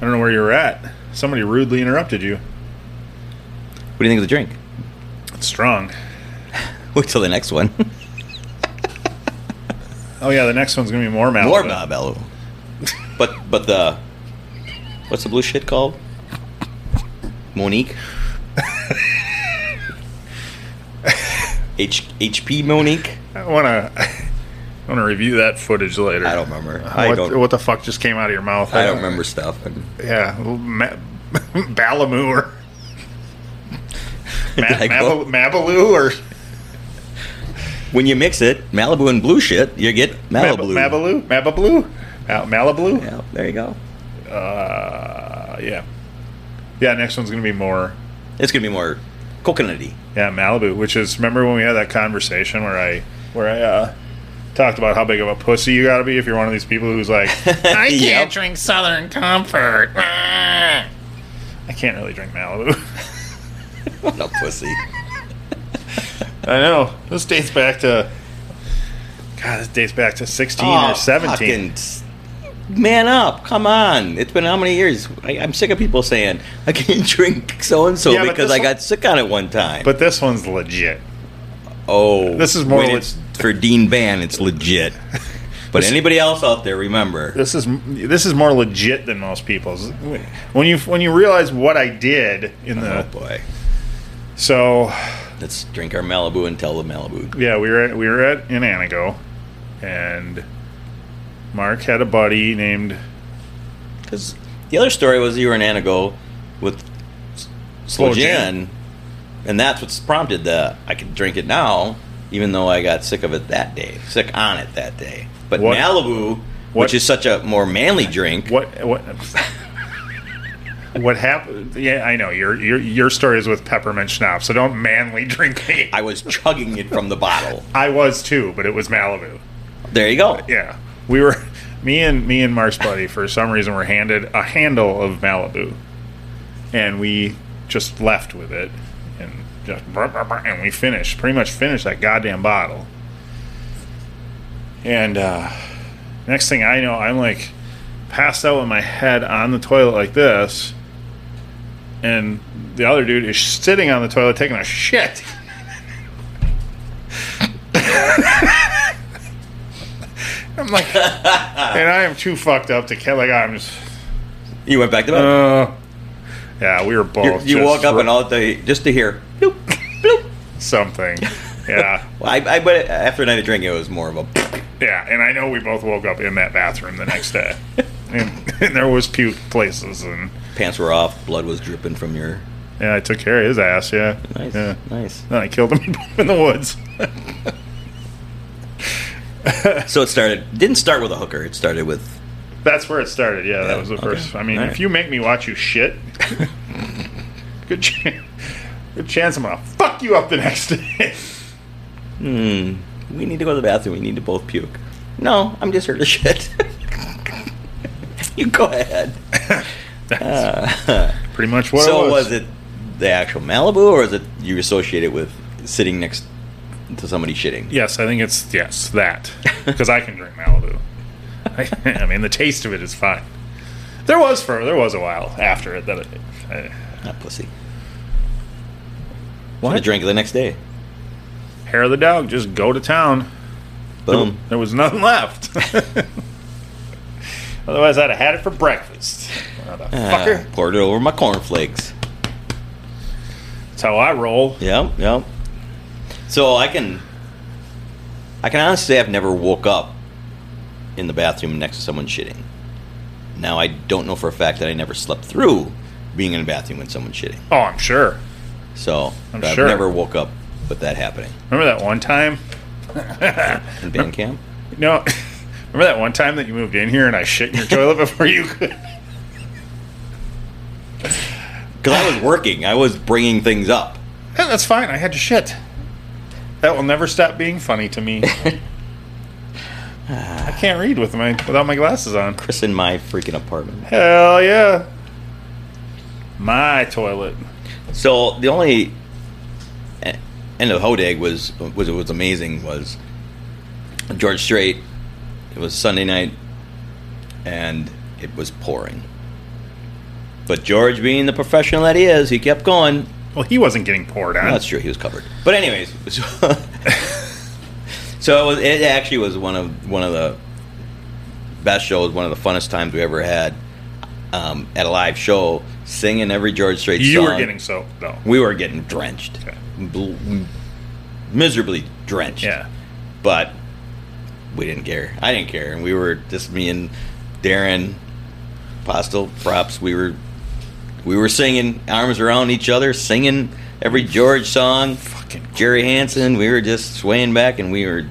Speaker 2: I don't know where you were at. Somebody rudely interrupted you.
Speaker 3: What do you think of the drink?
Speaker 2: It's strong.
Speaker 3: Wait till the next one.
Speaker 2: Oh yeah, the next one's gonna be more Malibu.
Speaker 3: More Malibu. But but the what's the blue shit called? Monique. H HP Monique.
Speaker 2: I wanna, I wanna review that footage later.
Speaker 3: I don't remember.
Speaker 2: What,
Speaker 3: I don't.
Speaker 2: what the fuck just came out of your mouth?
Speaker 3: I don't remember stuff. And
Speaker 2: Yeah, well, Ma- Balamu or Ma-
Speaker 3: Did I go-
Speaker 2: Mab- Mabaloo or
Speaker 3: when you mix it, Malibu and blue shit, you get
Speaker 2: Mab-
Speaker 3: Malibu.
Speaker 2: Mabaloo, Mababloo, Mal- Malibu.
Speaker 3: Yeah, there you go.
Speaker 2: Uh, yeah. Yeah, next one's going to be more,
Speaker 3: It's gonna be more coconutty.
Speaker 2: yeah, Malibu, which is, remember when we had that conversation where I, where I, uh, talked about how big of a pussy you got to be if you're one of these people who's like, I can't
Speaker 3: Yep.
Speaker 2: drink Southern Comfort. Ah. I can't really drink Malibu.
Speaker 3: What a pussy.
Speaker 2: I know. This dates back to, God, this dates back to 16
Speaker 3: Oh,
Speaker 2: or 17.
Speaker 3: fucking s- Man up! Come on! It's been how many years? I, I'm sick of people saying I can't drink so and so
Speaker 2: Yeah, but
Speaker 3: because
Speaker 2: this
Speaker 3: I
Speaker 2: one-
Speaker 3: got sick on it one time.
Speaker 2: But this one's legit.
Speaker 3: oh,
Speaker 2: this is more
Speaker 3: when
Speaker 2: leg-
Speaker 3: it's for Dean Van. It's legit. But anybody else out there, remember?
Speaker 2: This is this is more legit than most people's. When you when you realize what I did in
Speaker 3: Oh
Speaker 2: the
Speaker 3: boy,
Speaker 2: so
Speaker 3: let's drink our Malibu and tell the Malibu.
Speaker 2: yeah, we were at, we were at in Anago, and Mark had a buddy named
Speaker 3: Because the other story was you were in Anago with S- Slow
Speaker 2: Slow
Speaker 3: Jan,
Speaker 2: Jan.
Speaker 3: and that's what's prompted the I can drink it now, even though I got sick of it that day, sick on it that day. But
Speaker 2: What-
Speaker 3: Malibu,
Speaker 2: what-
Speaker 3: which is such a more manly drink,
Speaker 2: what what what happened. Yeah, I know your your your story is with peppermint schnapps, so don't manly drink me.
Speaker 3: I was chugging it from the bottle.
Speaker 2: I was too, but it was Malibu.
Speaker 3: There you go.
Speaker 2: Yeah, we were me and me and Mark's buddy for some reason were handed a handle of Malibu, and we just left with it, and just brr, brr, brr, and we finished pretty much finished that goddamn bottle. And uh, next thing I know, I'm like passed out with my head on the toilet like this, and the other dude is sitting on the toilet taking a shit. I'm like, and I am too fucked up to care. Like I'm just,
Speaker 3: You went back to bed.
Speaker 2: uh, yeah, we were
Speaker 3: you
Speaker 2: both.
Speaker 3: you
Speaker 2: just
Speaker 3: woke up
Speaker 2: r-
Speaker 3: and all the just to hear. Bloop, bloop.
Speaker 2: something. Yeah,
Speaker 3: Well, I, I but after a night of drinking, it was more of a.
Speaker 2: yeah, and I know we both woke up in that bathroom the next day, and, and there was puke places, and
Speaker 3: Pants were off, blood was dripping from your.
Speaker 2: yeah, I took care of his ass. Yeah,
Speaker 3: Nice,
Speaker 2: Yeah.
Speaker 3: nice.
Speaker 2: Then I killed him in the woods.
Speaker 3: So it started. Didn't start with a hooker. It started with
Speaker 2: That's where it started. Yeah,
Speaker 3: Yeah,
Speaker 2: that was the
Speaker 3: okay.
Speaker 2: first. I mean,
Speaker 3: All right.
Speaker 2: if you make me watch you shit, good chance, good chance I'm gonna fuck you up the next day.
Speaker 3: Hmm. We need to go to the bathroom. We need to both puke. No, I'm just here to shit. you go ahead. Uh,
Speaker 2: Pretty much what
Speaker 3: so
Speaker 2: it was.
Speaker 3: was it the actual Malibu, or is it you associate it with sitting next to somebody shitting?
Speaker 2: Yes, I think it's yes that because I can drink Malibu. I, I mean, the taste of it is fine. There was for there was a while after it that it, I,
Speaker 3: Not Ah, pussy. What? drink it the next day.
Speaker 2: hair of the dog just go to town.
Speaker 3: Boom.
Speaker 2: There was nothing left. Otherwise, I'd have had it for breakfast. Motherfucker.
Speaker 3: Ah, poured it over my cornflakes.
Speaker 2: That's how I roll.
Speaker 3: Yep, yep. So I can, I can honestly say I've never woke up in the bathroom next to someone shitting. Now I don't know for a fact that I never slept through being in a bathroom when someone's shitting.
Speaker 2: Oh, I'm sure.
Speaker 3: So
Speaker 2: I'm
Speaker 3: but I've
Speaker 2: sure.
Speaker 3: never woke up with that happening
Speaker 2: Remember that one time?
Speaker 3: in band camp.
Speaker 2: No. Remember that one time that you moved in here and I shit in your toilet before you could?
Speaker 3: Because I was working, I was bringing things up.
Speaker 2: Yeah, that's fine. I had to shit. That will never stop being funny to me. I can't read with my without my glasses on.
Speaker 3: Chris in my freaking apartment.
Speaker 2: Hell yeah. My toilet.
Speaker 3: So the only eh, end of Hodag was was was amazing was George Strait. It was Sunday night, and it was pouring. But George, being the professional that he is, he kept going.
Speaker 2: Well, he wasn't getting poured on.
Speaker 3: That's true. He was covered. But anyways, so, So it, was, it actually was one of one of the best shows, one of the funnest times we ever had um, at a live show, singing every George Strait
Speaker 2: You
Speaker 3: song.
Speaker 2: were getting soaked though.
Speaker 3: we were getting drenched,
Speaker 2: Okay.
Speaker 3: Bl- miserably drenched.
Speaker 2: Yeah.
Speaker 3: but we didn't care. I didn't care, and we were just me and Darren, Postel, props. We were we were singing, arms around each other, singing every George song.
Speaker 2: Fucking.
Speaker 3: Jerry Hansen. We were just swaying back, and we were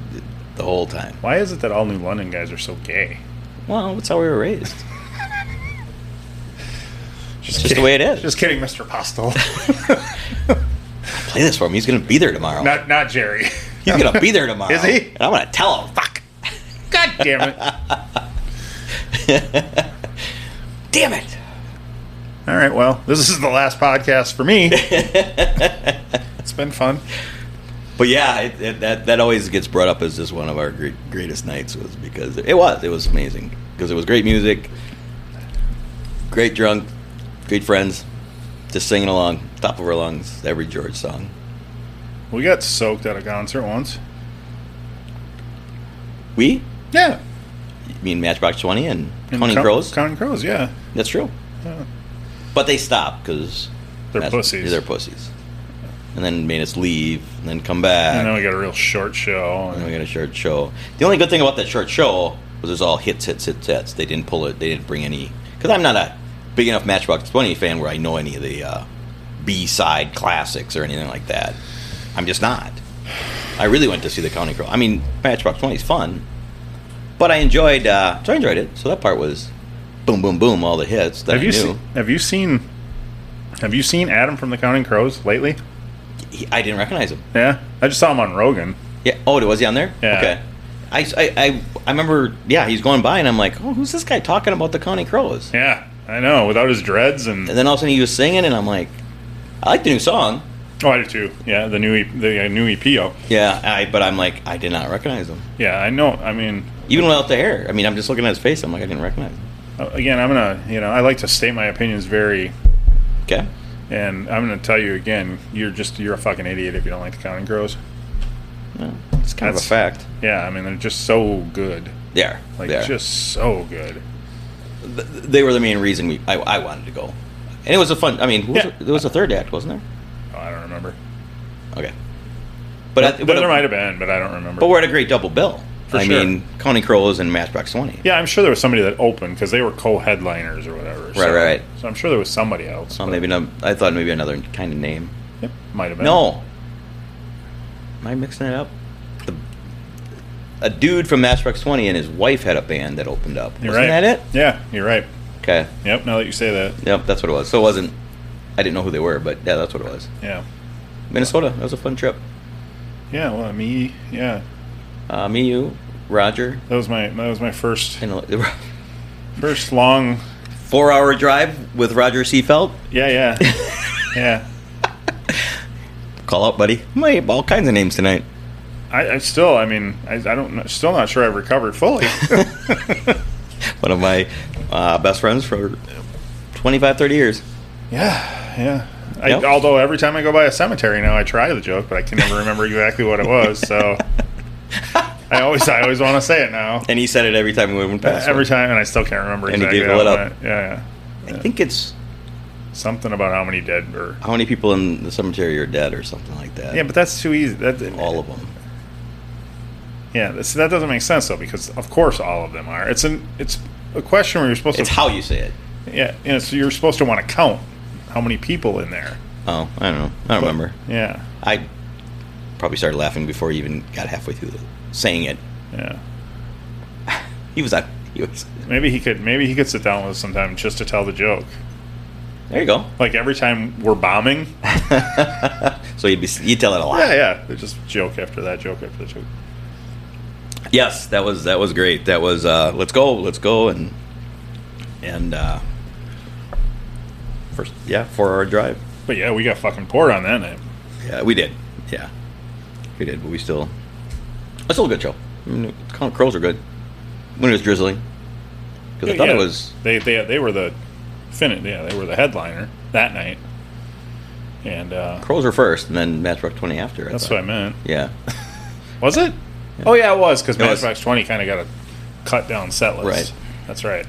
Speaker 3: the whole time.
Speaker 2: Why is it that all New London guys are so gay?
Speaker 3: Well, that's how we were raised.
Speaker 2: Just,
Speaker 3: just the way it is.
Speaker 2: Just kidding, Mr. Postel.
Speaker 3: Play this for him. He's gonna be there tomorrow.
Speaker 2: not not Jerry.
Speaker 3: He's gonna be there tomorrow.
Speaker 2: Is he?
Speaker 3: And I'm gonna tell him. Fuck.
Speaker 2: God damn it.
Speaker 3: Damn it.
Speaker 2: All right, well, this is the last podcast for me. it's been fun.
Speaker 3: But yeah, it, it, that that always gets brought up as just one of our great, greatest nights was because it was it was amazing because it was great music, great drunk, great friends, just singing along top of our lungs every George song.
Speaker 2: We got soaked at a concert once.
Speaker 3: We,
Speaker 2: Yeah.
Speaker 3: you mean Matchbox Twenty and
Speaker 2: In
Speaker 3: Twenty
Speaker 2: Coun-
Speaker 3: Crows.
Speaker 2: Counting Crows, yeah.
Speaker 3: That's true.
Speaker 2: Yeah.
Speaker 3: But they stopped because
Speaker 2: They're pussies.
Speaker 3: They're pussies. And then made us leave, and then come back.
Speaker 2: And then we got a real short show.
Speaker 3: and
Speaker 2: And
Speaker 3: we got a short show. The only good thing about that short show was it was all hits, hits, hits, hits. They didn't pull it. They didn't bring any. Because I'm not a big enough Matchbox Twenty fan where I know any of the uh, B side classics or anything like that. I'm just not. I really went to see the County Crow. I mean, Matchbox Twenty is fun, but I enjoyed. Uh, so I enjoyed it. So that part was, boom, boom, boom, all the hits. That
Speaker 2: have
Speaker 3: I
Speaker 2: you
Speaker 3: knew.
Speaker 2: seen have you seen have you seen Adam from the Counting Crows lately?
Speaker 3: He- I didn't recognize him.
Speaker 2: Yeah. I just saw him on Rogan.
Speaker 3: Yeah. Oh, was he on there?
Speaker 2: Yeah.
Speaker 3: Okay. I, I, I, I remember, yeah, he's going by, and I'm like, oh, who's this guy talking about the County Crows?
Speaker 2: Yeah. I know, without his dreads and
Speaker 3: And then all of a sudden he was singing, and I'm like, I like the new song.
Speaker 2: Oh, I do too. Yeah, the new e- the uh, new EP out.
Speaker 3: Yeah, I, but I'm like, I did not recognize him.
Speaker 2: Yeah, I know. I mean,
Speaker 3: Even without the hair. I mean, I'm just looking at his face. I'm like, I didn't recognize him.
Speaker 2: uh, again, I'm going to, you know, I like to state my opinions very
Speaker 3: Okay.
Speaker 2: And I'm going to tell you again, you're just you're a fucking idiot if you don't like the Counting Crows.
Speaker 3: Well, it's kind of
Speaker 2: That's-
Speaker 3: a fact.
Speaker 2: Yeah, I mean they're just so good,
Speaker 3: They are.
Speaker 2: like
Speaker 3: they are.
Speaker 2: just so good.
Speaker 3: Th- they were the main reason we, I, I wanted to go. And it was a fun, I mean, who was
Speaker 2: Yeah.
Speaker 3: it- there was a third act, wasn't
Speaker 2: Oh, I don't remember,
Speaker 3: there? Okay. But, I,
Speaker 2: there,
Speaker 3: but,
Speaker 2: there might have been, but I don't remember.
Speaker 3: but we're at a great double bill.
Speaker 2: For
Speaker 3: I
Speaker 2: sure.
Speaker 3: mean, County Crows and Matchbox 20.
Speaker 2: yeah, I'm sure there was somebody that opened because they were co-headliners or whatever. so,
Speaker 3: Right, right, right.
Speaker 2: So I'm sure there was somebody else.
Speaker 3: So
Speaker 2: but-
Speaker 3: maybe not, I thought maybe another kind of name.
Speaker 2: Yep, might have been.
Speaker 3: No. Am I mixing it up? The, a dude from Matchbox 20 and his wife had a band that opened up.
Speaker 2: you're
Speaker 3: wasn't
Speaker 2: right.
Speaker 3: that it?
Speaker 2: Yeah, you're right.
Speaker 3: Okay.
Speaker 2: Yep. Now that you say that,
Speaker 3: Yep, that's what it was. So it wasn't. I didn't know who they were, but yeah, that's what it was.
Speaker 2: yeah,
Speaker 3: Minnesota. That was a fun trip.
Speaker 2: yeah. Well, me, yeah.
Speaker 3: Uh, me, you, Roger.
Speaker 2: That was my that was my first
Speaker 3: And a,
Speaker 2: first long.
Speaker 3: four hour drive with Roger Seafelt.
Speaker 2: Yeah, yeah, yeah.
Speaker 3: Call out, buddy. My all kinds of names tonight.
Speaker 2: I, I still, I mean, I, I don't, still not sure I've recovered fully.
Speaker 3: One of my uh, best friends for 25, 30 years.
Speaker 2: Yeah, yeah. I,
Speaker 3: Yep.
Speaker 2: Although every time I go by a cemetery now, I try the joke, but I can never remember exactly what it was. So I always, I always want to say it now. Uh,
Speaker 3: And he said it every time we went past.
Speaker 2: Every
Speaker 3: one.
Speaker 2: time, and I still can't remember
Speaker 3: And he
Speaker 2: exactly.
Speaker 3: gave
Speaker 2: how
Speaker 3: it
Speaker 2: it
Speaker 3: up.
Speaker 2: went. Yeah,
Speaker 3: I think it's
Speaker 2: yeah. Something about how many dead were.
Speaker 3: how many people in the cemetery are dead or something like that.
Speaker 2: Yeah, but that's too easy. That
Speaker 3: all of them.
Speaker 2: Yeah, that's, that doesn't make sense though, because of course all of them are. It's an, it's a question where you're supposed
Speaker 3: It's
Speaker 2: to.
Speaker 3: how you say it.
Speaker 2: yeah, and it's, you're supposed to want to count how many people in there.
Speaker 3: Oh, I don't know. I don't remember.
Speaker 2: Yeah,
Speaker 3: I probably started laughing before he even got halfway through the, saying it.
Speaker 2: yeah.
Speaker 3: He was on. He was.
Speaker 2: Maybe he could. Maybe he could sit down with us sometime just to tell the joke.
Speaker 3: There you go.
Speaker 2: Like every time we're bombing,
Speaker 3: so you'd be you'd tell it a lot.
Speaker 2: Yeah, yeah. They just joke after that, joke after that joke.
Speaker 3: Yes, that was that was great. That was uh, let's go, let's go, and and uh, first yeah, four hour drive.
Speaker 2: But yeah, we got fucking poured on that night.
Speaker 3: Yeah, we did. Yeah, we did. But we still, it's still a good show. I mean, Con- crows are good when it was drizzling because I thought
Speaker 2: Yeah,
Speaker 3: it was.
Speaker 2: They they they were the fin. Yeah, they were the headliner that night. And uh,
Speaker 3: Crows were first, and then Matchbox Twenty after. I
Speaker 2: that's
Speaker 3: thought.
Speaker 2: what I meant.
Speaker 3: Yeah,
Speaker 2: Was it? Oh yeah, it was because
Speaker 3: It was.
Speaker 2: Matchbox Twenty kind of got a cut down set list.
Speaker 3: Right.
Speaker 2: That's right.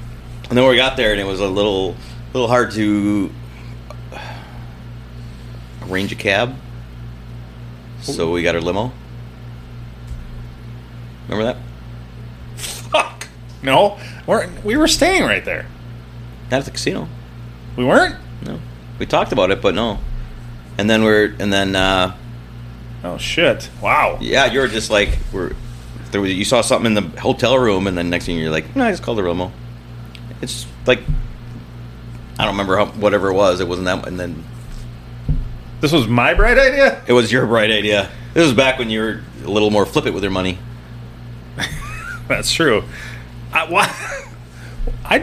Speaker 3: And then we got there, and it was a little, little hard to arrange a cab. So we got our limo. Remember that?
Speaker 2: Fuck. No, we're we were staying right there.
Speaker 3: Not at the casino.
Speaker 2: We weren't.
Speaker 3: No, we talked about it, but no. And then we're, and then uh,
Speaker 2: Oh shit! Wow.
Speaker 3: yeah, you were just like we're there was you saw something in the hotel room, and then next thing you're like, no, I just called the limo. It's like I don't remember how whatever it was. It wasn't that, and then
Speaker 2: This was my bright idea.
Speaker 3: It was your bright idea. This was back when you were a little more flippant with your money.
Speaker 2: That's true. I why? I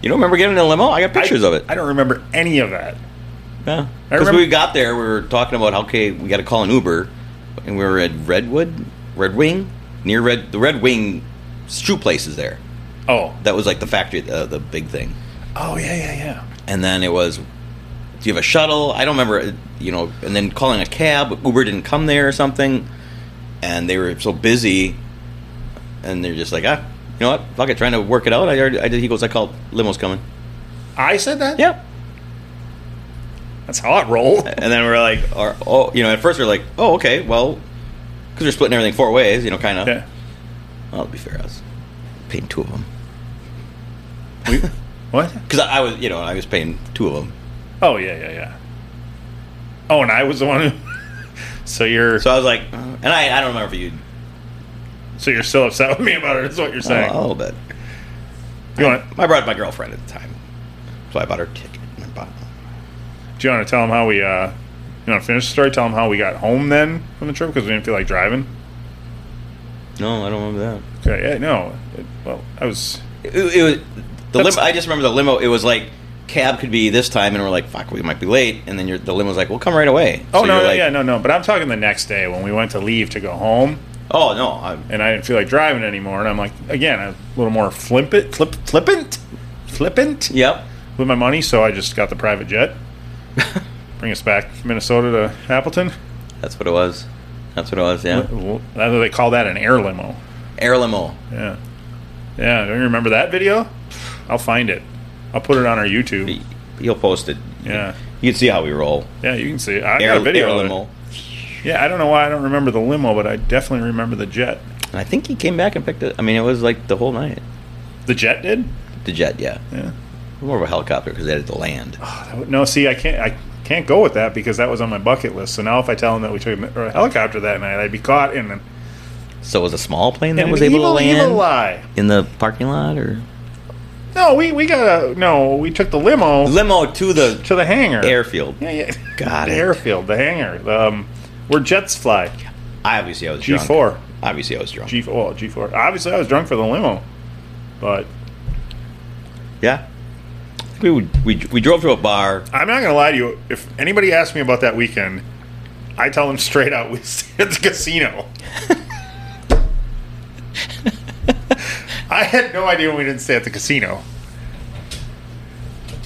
Speaker 3: You don't remember getting in a limo? I got pictures
Speaker 2: I-
Speaker 3: of it.
Speaker 2: I don't remember any of that.
Speaker 3: Yeah.
Speaker 2: I
Speaker 3: Because
Speaker 2: remember-
Speaker 3: we got there, we were talking about how, okay, we got to call an Uber, and we were at Redwood, Red Wing, near Red the Red Wing shoe place is there.
Speaker 2: Oh.
Speaker 3: That was like the factory, uh, the big thing.
Speaker 2: Oh yeah yeah yeah.
Speaker 3: And then it was, do you have a shuttle? I don't remember, uh, you know. And then calling a cab, Uber didn't come there or something, and they were so busy, and they're just like, ah, you know what? Fuck it, trying to work it out. I already, I did. He goes, I called limo's coming.
Speaker 2: I said that.
Speaker 3: Yep.
Speaker 2: That's how it rolled.
Speaker 3: And then we're like, or, oh, you know, at first we're like, oh, okay, well, because we're splitting everything four ways, you know, kind of.
Speaker 2: Yeah.
Speaker 3: Well, to be fair, I was paying two of them
Speaker 2: What?
Speaker 3: because I, I was, you know, I was paying two of them.
Speaker 2: Oh yeah yeah yeah. Oh, and I was the one. who... so you're
Speaker 3: So
Speaker 2: so,
Speaker 3: I was like, uh, and I, I don't remember if you
Speaker 2: you're still upset with me about it. Is what you're saying.
Speaker 3: a little bit.
Speaker 2: You want?
Speaker 3: I brought my girlfriend at the time, so I bought her ticket. And I bought
Speaker 2: Do you want to tell them how we? uh You want to finish the story? Tell them how we got home then from the trip because we didn't feel like driving.
Speaker 3: No, I don't remember
Speaker 2: Okay. Yeah. No. It, well, I was.
Speaker 3: that. It, it was the
Speaker 2: That's-
Speaker 3: limo. I just remember the limo. It was like cab could be this time, and we're like, fuck, we might be late. And then you're, the limo's like, we'll come right away.
Speaker 2: Oh
Speaker 3: So
Speaker 2: no!
Speaker 3: you're
Speaker 2: no,
Speaker 3: like,
Speaker 2: yeah. No. No. But I'm talking the next day when we went to leave to go home,
Speaker 3: Oh no, I'm,
Speaker 2: and I didn't feel like driving anymore. And I'm like, again, a little more flippant, flip, flippant, flippant
Speaker 3: yep.
Speaker 2: with my money. So I just got the private jet. Bring us back from Minnesota to Appleton.
Speaker 3: That's what it was. That's what it was. Yeah,
Speaker 2: Well, They call that an air limo.
Speaker 3: air limo.
Speaker 2: Yeah. Yeah. Don't you remember that video? I'll find it. I'll put it on our YouTube.
Speaker 3: He- He'll post it.
Speaker 2: Yeah.
Speaker 3: You can see how we roll.
Speaker 2: Yeah, you can see it. I got a video
Speaker 3: air
Speaker 2: of it.
Speaker 3: limo.
Speaker 2: Yeah, I don't know why I don't remember the limo, but I definitely remember the jet.
Speaker 3: And I think he came back and picked it. I mean, it was like the whole night.
Speaker 2: The jet did?
Speaker 3: The jet, yeah,
Speaker 2: Yeah.
Speaker 3: more of a helicopter because they had to land.
Speaker 2: Oh, that would- no, see, I can't. I can't go with that because that was on my bucket list. So now if I tell them that we took a mi- or a helicopter that night, I'd be caught in an,
Speaker 3: So it was a small plane
Speaker 2: in
Speaker 3: that
Speaker 2: an
Speaker 3: was able
Speaker 2: evil,
Speaker 3: to land
Speaker 2: evil lie.
Speaker 3: in the parking lot, or
Speaker 2: No, we we got a no. We took the limo
Speaker 3: limo to the
Speaker 2: to the hangar.
Speaker 3: airfield.
Speaker 2: Yeah, yeah.
Speaker 3: Got
Speaker 2: the
Speaker 3: it.
Speaker 2: airfield, the hangar, um, where jets fly.
Speaker 3: I obviously I was
Speaker 2: G
Speaker 3: drunk.
Speaker 2: four.
Speaker 3: Obviously I was drunk.
Speaker 2: G well, G four. Obviously, I was drunk for the limo, but
Speaker 3: yeah. We, would, we we drove to a bar.
Speaker 2: I'm not gonna lie to you. If anybody asks me about that weekend, I tell them straight out we stayed at the casino. I had no idea we didn't stay at the casino,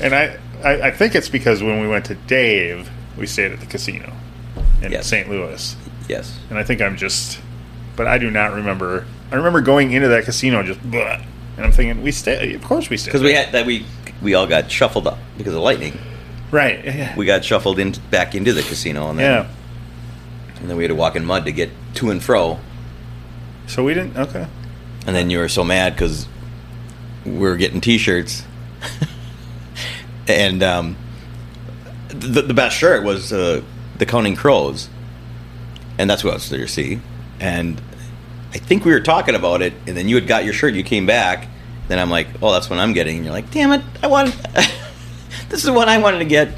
Speaker 2: and I, I I think it's because when we went to Dave, we stayed at the casino in
Speaker 3: Yes.
Speaker 2: St. Louis,
Speaker 3: Yes.
Speaker 2: and I think I'm just, but I do not remember. I remember going into that casino just, bleh, and I'm thinking we stay. Of course we stayed
Speaker 3: Because we
Speaker 2: there.
Speaker 3: had that we we all got shuffled up because of lightning.
Speaker 2: right. Yeah.
Speaker 3: We got shuffled in back into the casino and then
Speaker 2: yeah.
Speaker 3: and then we had to walk in mud to get to and fro.
Speaker 2: So we didn't. Okay.
Speaker 3: And then you were so mad because we were getting T-shirts, and um, the the best shirt was uh, the Counting Crows, and that's what I was there to see. And I think we were talking about it, and then you had got your shirt. You came back. Then I'm like, "Oh, that's what I'm getting." And you're like, "Damn it! I wanted this is the one I wanted to get."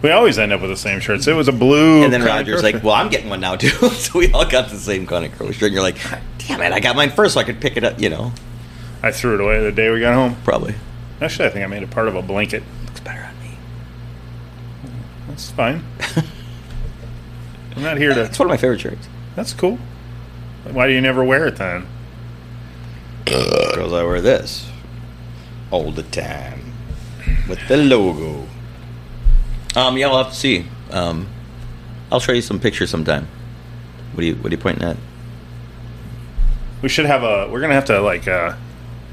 Speaker 2: We always end up with the same shirts. It was a blue.
Speaker 3: And then
Speaker 2: County
Speaker 3: Roger's
Speaker 2: Crow
Speaker 3: like,
Speaker 2: shirt.
Speaker 3: "Well, I'm getting one now too." so we all got the same Counting Crow shirt. And you're like, "Damn it! I got mine first, so I could pick it up." You know,
Speaker 2: I threw it away the day we got home.
Speaker 3: probably
Speaker 2: Actually, I think I made it part of a blanket.
Speaker 3: looks better on me.
Speaker 2: That's fine. I'm not here to.
Speaker 3: It's one of my favorite shirts.
Speaker 2: That's cool. Why do you never wear it then?
Speaker 3: Because I wear this all the time with the logo. Um, yeah, we'll have to see. Um, I'll show you some pictures sometime. What do you What are you pointing at?
Speaker 2: We should have a. We're gonna have to like. Uh,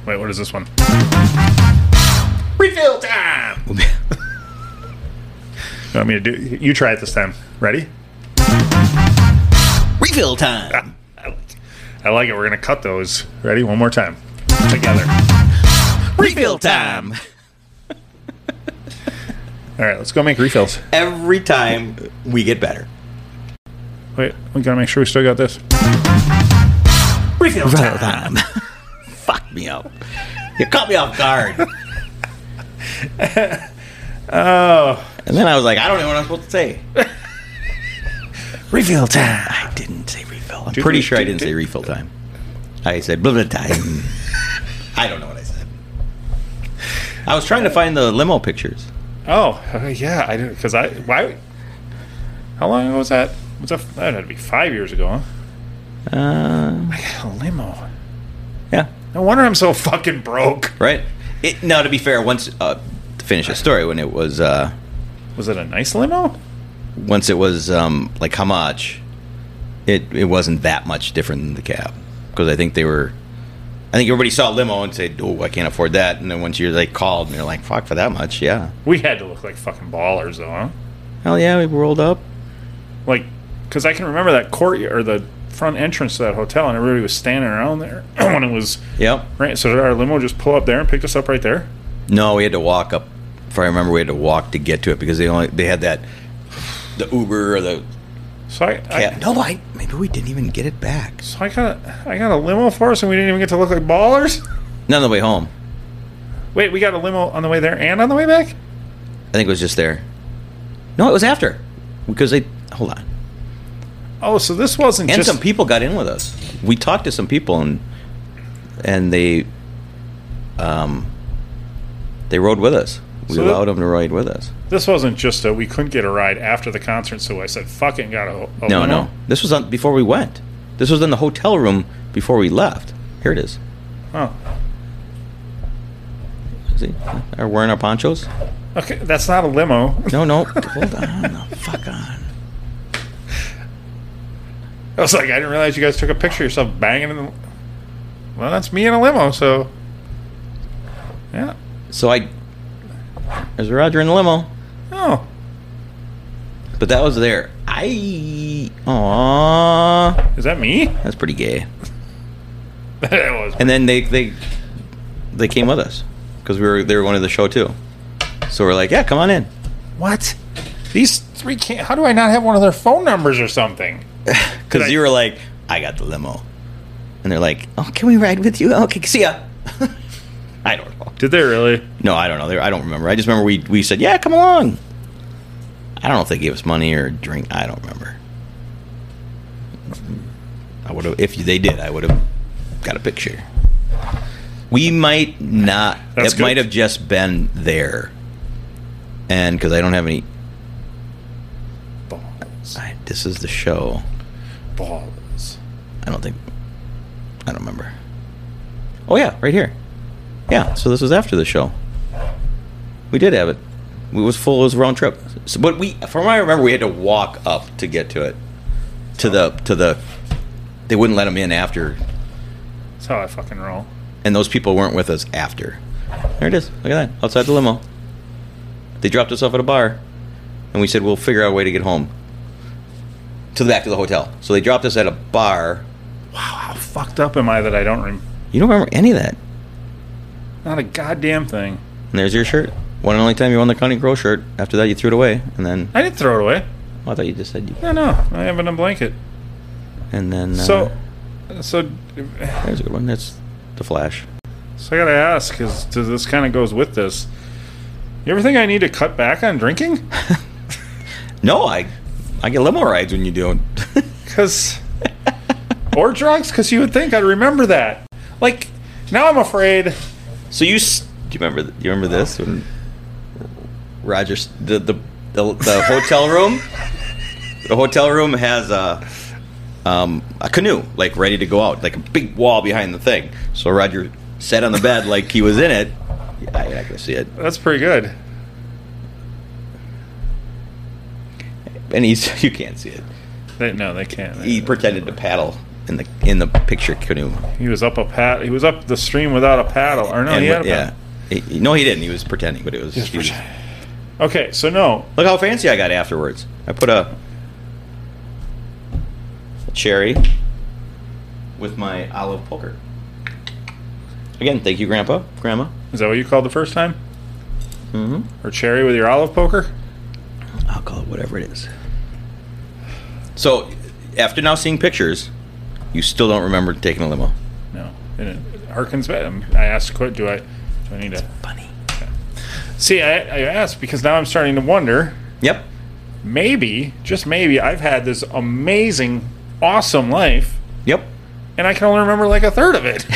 Speaker 2: wait, what is this one? Refill time.
Speaker 3: We'll be-
Speaker 2: You want me to do? You try it this time. Ready?
Speaker 3: Refill time.
Speaker 2: I like it. I like it. We're gonna cut those. Ready? One more time. Together.
Speaker 3: Refill time.
Speaker 2: All right. Let's go make refills.
Speaker 3: Every time we get better.
Speaker 2: Wait. We gotta make sure we still got this. Refill
Speaker 3: Refill time. Fuck me up. You caught me off guard.
Speaker 2: Oh.
Speaker 3: And then I was like, I don't know what I'm supposed to say. refill time. I didn't say refill. I'm
Speaker 2: Did
Speaker 3: pretty
Speaker 2: you-
Speaker 3: sure I
Speaker 2: did-
Speaker 3: didn't
Speaker 2: did-
Speaker 3: say refill time. I said blah blah time. I don't know what I said. I was trying to find the limo pictures.
Speaker 2: Oh. uh, Yeah. I didn't. Cause I. Why? How long ago was that? Was that? That had to be five years ago. Huh?
Speaker 3: Uh,
Speaker 2: I got a limo.
Speaker 3: yeah,
Speaker 2: No wonder I'm so fucking broke.
Speaker 3: right. It, now, to be fair, once uh, to finish the story, when it was uh,
Speaker 2: Was it a nice limo?
Speaker 3: once it was um, like how much, it it wasn't that much different than the cab because I think they were, I think everybody saw limo and said, "Oh, I can't afford that," and then once you like called and they're like, "Fuck for that much," yeah,
Speaker 2: We had to look like fucking ballers, though, huh?
Speaker 3: hell yeah, we rolled up.
Speaker 2: Like, because I can remember that courtyard or the front entrance to that hotel, and everybody was standing around there when it was.
Speaker 3: Yep.
Speaker 2: Right, so did our limo just pull up there and picked us up right there?
Speaker 3: No, we had to walk up. If I remember, we had to walk to get to it because they only they had that the Uber or the
Speaker 2: So I,
Speaker 3: cab.
Speaker 2: I
Speaker 3: no, I maybe we didn't even get it back.
Speaker 2: so I got I got a limo for us, and we didn't even get to look like ballers.
Speaker 3: Not on the way home.
Speaker 2: Wait, we got a limo on the way there and on the way back.
Speaker 3: I think it was just there. No, it was after because they hold on.
Speaker 2: Oh, so this wasn't
Speaker 3: and
Speaker 2: just
Speaker 3: some people got in with us. We talked to some people and and they um they rode with us. We
Speaker 2: So-
Speaker 3: allowed them to ride with us.
Speaker 2: this wasn't just a we couldn't get a ride after the concert, so I said fucking got a, a
Speaker 3: No,
Speaker 2: limo.
Speaker 3: no. This was on before we went. This was in the hotel room before we left. Here it is.
Speaker 2: Oh,
Speaker 3: See? Are we wearing our ponchos?
Speaker 2: okay, that's not a limo.
Speaker 3: No, no. Hold on. the fuck on.
Speaker 2: I was like, I didn't realize you guys took a picture of yourself banging in the. Well, that's me in a limo, so. Yeah.
Speaker 3: So I there's Roger in the limo.
Speaker 2: Oh.
Speaker 3: But that was there. I Aww.
Speaker 2: Is that me?
Speaker 3: That's pretty gay.
Speaker 2: That was.
Speaker 3: and then they they they came with us because we were they were one of the show too. So we're like, yeah, come on in.
Speaker 2: What? These three can't. How do I not have one of their phone numbers or something? Did I-
Speaker 3: Because you were like, I got the limo, and they're like, oh, can we ride with you? Okay, see ya. I don't know.
Speaker 2: Did they really?
Speaker 3: No, I don't know. They- I don't remember. I just remember we we said, yeah, come along. I don't know if they gave us money or a drink. I don't remember. I would have if they did. I would have got a picture. We might not.
Speaker 2: That's
Speaker 3: it
Speaker 2: good.
Speaker 3: might have just been there, and because I don't have any.
Speaker 2: Balls.
Speaker 3: I, this is the show.
Speaker 2: Balls.
Speaker 3: I don't think. I don't remember. Oh yeah, right here. Yeah, so this was after the show. We did have it. It was full. It was a round trip. So, but we, from what I remember, we had to walk up to get to it. To the to the, they wouldn't let them in after,
Speaker 2: That's how I fucking roll.
Speaker 3: and those people weren't with us after. There it is. Look at that outside the limo. They dropped us off at a bar, and we said we'll figure out a way to get home. To the back to the hotel. So they dropped us at a bar.
Speaker 2: How fucked up am I that I don't rem-
Speaker 3: You don't remember any of that.
Speaker 2: Not a goddamn thing.
Speaker 3: And there's your shirt. One and only time you won the County Crow shirt. After that, you threw it away, and then
Speaker 2: I didn't throw it away.
Speaker 3: oh, I thought you just said you.
Speaker 2: No, no. I have it in a blanket.
Speaker 3: And then uh,
Speaker 2: So. So.
Speaker 3: there's a good one. That's the Flash.
Speaker 2: So I gotta ask, because this kind of goes with this. You ever think I need to cut back on drinking?
Speaker 3: No, I I get limo rides when you do. it.
Speaker 2: Because or drugs? Because you would think I'd remember that. Like now I'm afraid.
Speaker 3: so you s- do you remember th- you remember this when Roger s- the the the, the hotel room the hotel room has a um, a canoe like ready to go out like a big wall behind the thing. So Roger sat on the bed like he was in it. Yeah, you're not gonna see it.
Speaker 2: That's pretty good.
Speaker 3: And he's you can't see it.
Speaker 2: They, no, they can't.
Speaker 3: he pretended to paddle in the in the picture canoe.
Speaker 2: He was up a pad. He was up the stream without a paddle. Or no,
Speaker 3: And
Speaker 2: he had a
Speaker 3: what-
Speaker 2: paddle.
Speaker 3: yeah, He- he- no, he didn't. He was pretending, but it was.
Speaker 2: He was
Speaker 3: he was-
Speaker 2: pretending. Okay, so no,
Speaker 3: look how fancy I got afterwards. I put a, a cherry with my olive poker. Again, thank you, Grandpa, Grandma.
Speaker 2: is that what you called the first time?
Speaker 3: Mm-hmm.
Speaker 2: Or cherry with your olive poker?
Speaker 3: I'll call it whatever it is. So, after now seeing pictures, you still don't remember taking a limo.
Speaker 2: No, and it harkens back. I'm- I asked, "Quit? Do I? Do I need to?"
Speaker 3: Funny.
Speaker 2: See, I, I asked because now I'm starting to wonder.
Speaker 3: Yep.
Speaker 2: Maybe, just maybe, I've had this amazing, awesome life,
Speaker 3: Yep.
Speaker 2: and I can only remember like a third of it.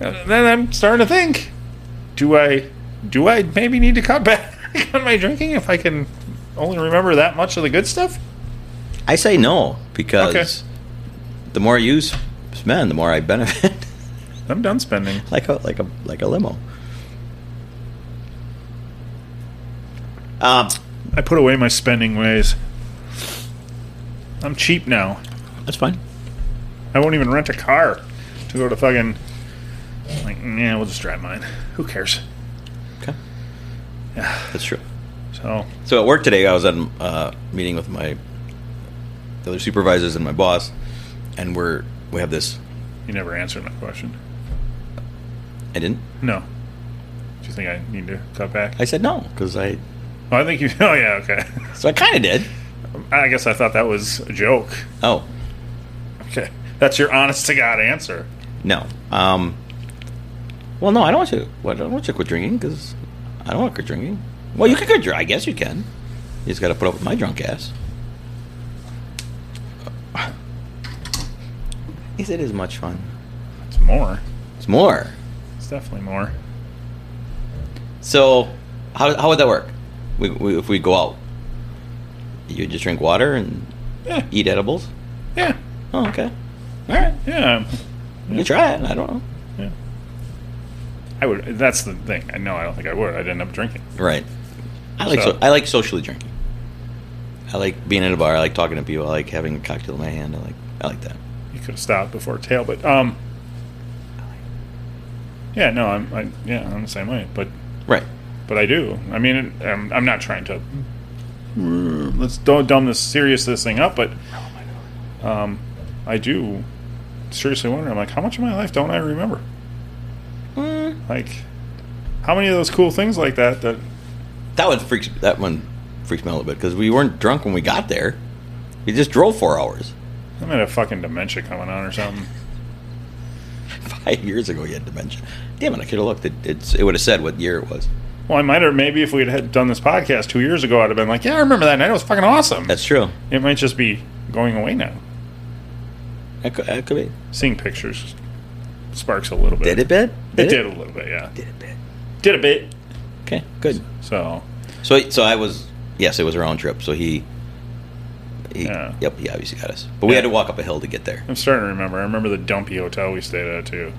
Speaker 2: and then I'm starting to think: Do I? Do I maybe need to cut back on my drinking if I can only remember that much of the good stuff?
Speaker 3: I say no because
Speaker 2: Okay.
Speaker 3: the more you s- spend, the more I benefit.
Speaker 2: I'm done spending.
Speaker 3: like a like a like a limo. Um,
Speaker 2: I put away my spending ways. I'm cheap now.
Speaker 3: that's fine.
Speaker 2: I won't even rent a car to go to fucking. Like, yeah, we'll just drive mine. Who cares?
Speaker 3: Okay.
Speaker 2: Yeah.
Speaker 3: That's true.
Speaker 2: So,
Speaker 3: So at work today, I was on uh, meeting with my the other supervisors and my boss, and we're we have this.
Speaker 2: you never answered my question.
Speaker 3: I didn't.
Speaker 2: No. Do you think I need to cut back?
Speaker 3: I said no because I.
Speaker 2: Oh, I think you. Oh, yeah, okay.
Speaker 3: So I kind of did.
Speaker 2: I guess I thought that was a joke.
Speaker 3: Oh
Speaker 2: Okay. That's your honest to God answer.
Speaker 3: no. Um. Well, no, I don't want you. Well, I don't want you to quit drinking because I don't want to quit drinking. Well, you can quit drinking. I guess you can. You just got to put up with my drunk ass. Is it as much fun?
Speaker 2: It's more.
Speaker 3: It's more.
Speaker 2: It's definitely more.
Speaker 3: So, how, how would that work? We, we, if we go out, you just drink water and
Speaker 2: Yeah.
Speaker 3: eat edibles.
Speaker 2: Yeah.
Speaker 3: Oh, okay. All right.
Speaker 2: Yeah.
Speaker 3: You try it. I don't know.
Speaker 2: Yeah. I would. That's the thing. I know. I don't think I would. I'd end up drinking.
Speaker 3: Right. I like
Speaker 2: So-
Speaker 3: so, I like socially drinking. I like being in a bar. I like talking to people. I like having a cocktail in my hand. I like I like that.
Speaker 2: You could have stopped before tail, but um. Yeah, no, I'm. I, yeah, I'm the same way, but
Speaker 3: Right.
Speaker 2: but I do. I mean, um, I'm, I'm not trying to. Let's don't dumb this serious this thing up, but um, I do seriously wonder. I'm like, how much of my life don't I remember?
Speaker 3: Mm,
Speaker 2: Like, how many of those cool things like that that
Speaker 3: that one freaks that one freaks me out a little bit because we weren't drunk when we got there. We just drove four hours
Speaker 2: I'm in a fucking dementia coming on or something.
Speaker 3: five years ago. You had dementia. Damn it! I could have looked. It, it's, it would have said what year it was.
Speaker 2: Well, I might have maybe if we had done this podcast two years ago, I'd have been like, yeah, I remember that night. It was fucking awesome.
Speaker 3: That's true.
Speaker 2: It might just be going away now.
Speaker 3: That could, that could be.
Speaker 2: Seeing pictures sparks a little bit.
Speaker 3: Did it bit?
Speaker 2: It did a little bit, yeah.
Speaker 3: Did it bit?
Speaker 2: Did a bit.
Speaker 3: Okay. Good.
Speaker 2: So,
Speaker 3: So so I was yes, it was a round trip. So he. he
Speaker 2: Yeah.
Speaker 3: Yep, he obviously got us, but we
Speaker 2: Yeah.
Speaker 3: had to walk up a hill to get there.
Speaker 2: I'm starting to remember. I remember the dumpy hotel we stayed at too.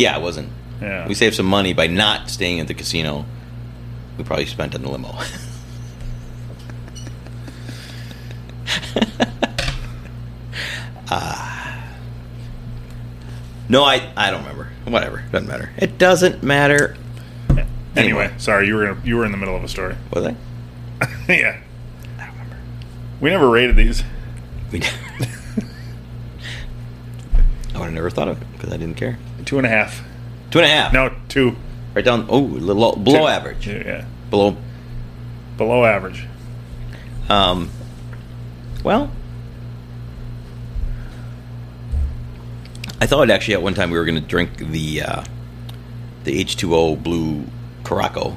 Speaker 3: Yeah, it wasn't.
Speaker 2: Yeah.
Speaker 3: We saved some money by not staying at the casino. We probably spent on the limo. Ah. no, I I don't remember. Whatever, doesn't matter. It doesn't matter.
Speaker 2: anyway,
Speaker 3: Anyway.
Speaker 2: sorry, you were gonna, you were in the middle of a story.
Speaker 3: Was I?
Speaker 2: yeah.
Speaker 3: I don't remember.
Speaker 2: We never rated these.
Speaker 3: We. I would have never thought of it because I didn't care.
Speaker 2: Two and a half.
Speaker 3: Two and a half.
Speaker 2: No, two.
Speaker 3: Right down. Oh, a little low- below
Speaker 2: Two.
Speaker 3: average.
Speaker 2: Yeah, yeah.
Speaker 3: Below.
Speaker 2: Below average.
Speaker 3: Um. Well, I thought actually at one time we were going to drink the uh, the H two O blue Caraco,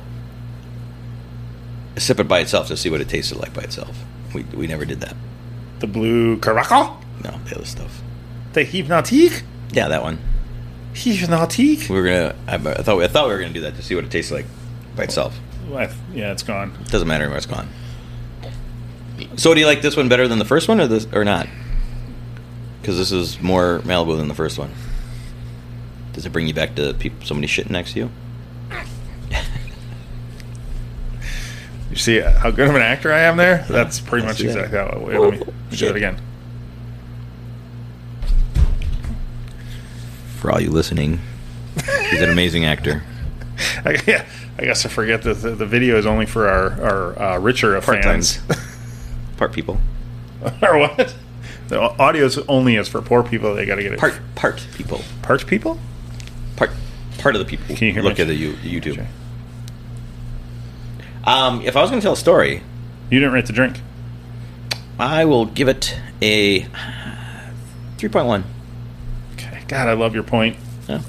Speaker 3: sip it by itself to see what it tasted like by itself. We we never did that.
Speaker 2: The blue Caracal.
Speaker 3: No, the other stuff.
Speaker 2: The hypnotique.
Speaker 3: Yeah, that one.
Speaker 2: Hypnotique.
Speaker 3: We were gonna. I, I thought I thought we were gonna do that to see what it tasted like by itself.
Speaker 2: I th- Yeah, it's gone.
Speaker 3: Doesn't matter anymore. It's gone. So, do you like this one better than the first one, or this, or not? Because this is more Malibu than the first one. Does it bring you back to peop somebody shitting next to you?
Speaker 2: You see how good of an actor I am there? That's pretty
Speaker 3: That's
Speaker 2: much
Speaker 3: it.
Speaker 2: exactly how it wait, let me- let me do
Speaker 3: Shit.
Speaker 2: it again.
Speaker 3: for all you listening. He's an amazing actor.
Speaker 2: I, yeah, I guess I forget that the, the video is only for our, our uh, richer of
Speaker 3: Part
Speaker 2: fans.
Speaker 3: times. Part people.
Speaker 2: or what? The audio is only is for poor people. They got to get it.
Speaker 3: Part part people.
Speaker 2: Part people?
Speaker 3: Part part of the people.
Speaker 2: Can you hear
Speaker 3: Look
Speaker 2: me?
Speaker 3: at the you, YouTube.
Speaker 2: Okay.
Speaker 3: Um, if I was going to tell a story,
Speaker 2: You didn't rate the drink.
Speaker 3: I will give it a three point one.
Speaker 2: Okay. God, I love your point.
Speaker 3: Yeah,